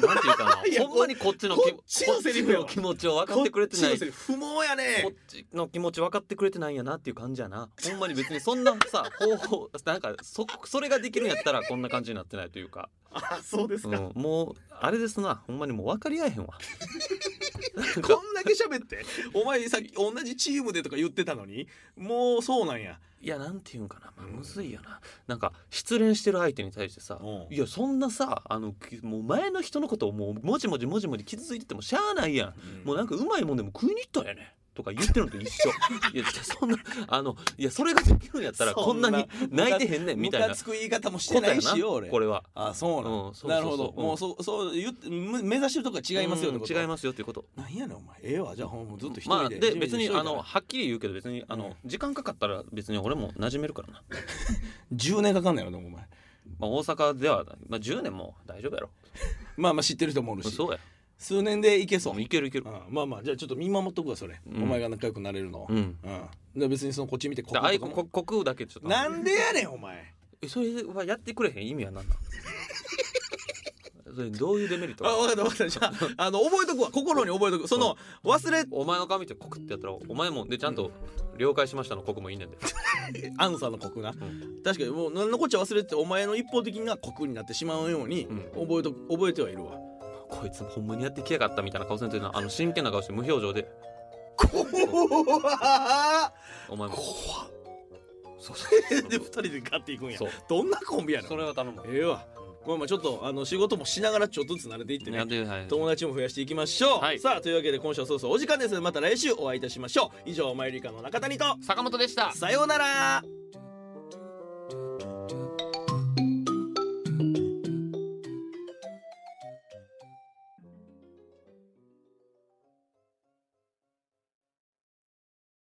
[SPEAKER 4] なんていうか
[SPEAKER 5] いや
[SPEAKER 4] なほんまにこっちのき
[SPEAKER 5] こっちのセリフやわ
[SPEAKER 4] こっちの気持ちを分かってくれてない
[SPEAKER 5] こっちのセリフ不毛や
[SPEAKER 4] こ
[SPEAKER 5] ね
[SPEAKER 4] っちの気持ち分かってくれてないんやなっていう感じやなほんまに別にそんなさ 方法なんかそそれができるんやったらこんな感じになってないというか、
[SPEAKER 5] あそうです
[SPEAKER 4] う
[SPEAKER 5] か、
[SPEAKER 4] ん、もうあれですなほんまにもう分かり合えへんわなんか
[SPEAKER 5] こんだけ喋ってお前さっき同じチームでとか言ってたのにもうそうなんや
[SPEAKER 4] いやなんていうんかな、まあ、
[SPEAKER 5] うん
[SPEAKER 4] むずいよな、なんか失恋してる相手に対してさ、
[SPEAKER 5] うん
[SPEAKER 4] いやそんなさあのきもう前の人のことをもうもじもじもじもじ傷ついててもしゃあないやん、もうなんかうまいもんでも食いに行ったんやねとか言ってるのと一 緒いやそんなあのいやそれができるんやったらこんなに泣いてへんねんみたいな
[SPEAKER 5] ムカ
[SPEAKER 4] こ
[SPEAKER 5] つく言い方もし
[SPEAKER 4] と
[SPEAKER 5] て
[SPEAKER 4] や
[SPEAKER 5] ないしよ
[SPEAKER 4] な
[SPEAKER 5] 俺
[SPEAKER 4] これは
[SPEAKER 5] あそうなん、
[SPEAKER 4] うんそうそうそう
[SPEAKER 5] なるほど、
[SPEAKER 4] うん
[SPEAKER 5] もうそうそう言ってむ目指してるとこは違いますよっ
[SPEAKER 4] う
[SPEAKER 5] て
[SPEAKER 4] ん
[SPEAKER 5] こと
[SPEAKER 4] 違い
[SPEAKER 5] す
[SPEAKER 4] ますよっていうこと
[SPEAKER 5] なんやねんお前ええわじゃあほんまずっと一
[SPEAKER 4] ま
[SPEAKER 5] 人
[SPEAKER 4] あ
[SPEAKER 5] で、
[SPEAKER 4] で
[SPEAKER 5] 準備
[SPEAKER 4] 別に
[SPEAKER 5] しとい
[SPEAKER 4] あ
[SPEAKER 5] たら
[SPEAKER 4] のはっきり言うけど別にあの、
[SPEAKER 5] うん
[SPEAKER 4] 時間かかったら別に俺も馴染めるからな、
[SPEAKER 5] 10年かかんないよねお前
[SPEAKER 4] まあ、大阪では、まあ、10年も大丈夫やろ
[SPEAKER 5] まあまあ知ってる人もおるし
[SPEAKER 4] そうや
[SPEAKER 5] 数年でいけそう、
[SPEAKER 4] いけるいける
[SPEAKER 5] うんまあまあじゃあちょっと見守っとくわそれ、
[SPEAKER 4] うん
[SPEAKER 5] お前が仲良くなれるのを
[SPEAKER 4] う
[SPEAKER 5] うん
[SPEAKER 4] ん
[SPEAKER 5] で別にそのこっち見てこ
[SPEAKER 4] だあい
[SPEAKER 5] こと
[SPEAKER 4] こ
[SPEAKER 5] かも
[SPEAKER 4] こ国空だけちょっと
[SPEAKER 5] なんでやねんお前
[SPEAKER 4] えそれはやってくれへん意味は何なんそれ どういうデメリット
[SPEAKER 5] あ
[SPEAKER 4] が
[SPEAKER 5] 分かった分かったじゃああの覚えとくわ心に覚えとくその忘れ
[SPEAKER 4] お前の顔見てコクってやったらお前もでちゃんと了解しましたのコクもいいねんで
[SPEAKER 5] アンさんの国な、
[SPEAKER 4] ん
[SPEAKER 5] 確かにもう何のこっちゃ忘れててお前の一方的な国になってしまうように
[SPEAKER 4] うん
[SPEAKER 5] 覚えとく覚えてはいるわ
[SPEAKER 4] こいつほんまにやってきやがったみたいな顔せんというのはあの真剣な顔して無表情で
[SPEAKER 5] 怖っ
[SPEAKER 4] お前も
[SPEAKER 5] 怖っ
[SPEAKER 4] そうそうそう
[SPEAKER 5] で二人で勝っていくんや
[SPEAKER 4] そう
[SPEAKER 5] どんなコンビやねん
[SPEAKER 4] それは頼む
[SPEAKER 5] ええわまあまあちょっとあの仕事もしながらちょっとずつ慣れていって
[SPEAKER 4] や
[SPEAKER 5] ね
[SPEAKER 4] ってください
[SPEAKER 5] 友達も増やしていきましょう、
[SPEAKER 4] はい
[SPEAKER 5] さあというわけで今週はそろそろお時間ですまた来週お会いいたしましょう以上マユリカの中谷と
[SPEAKER 4] 坂本でした
[SPEAKER 5] さようなら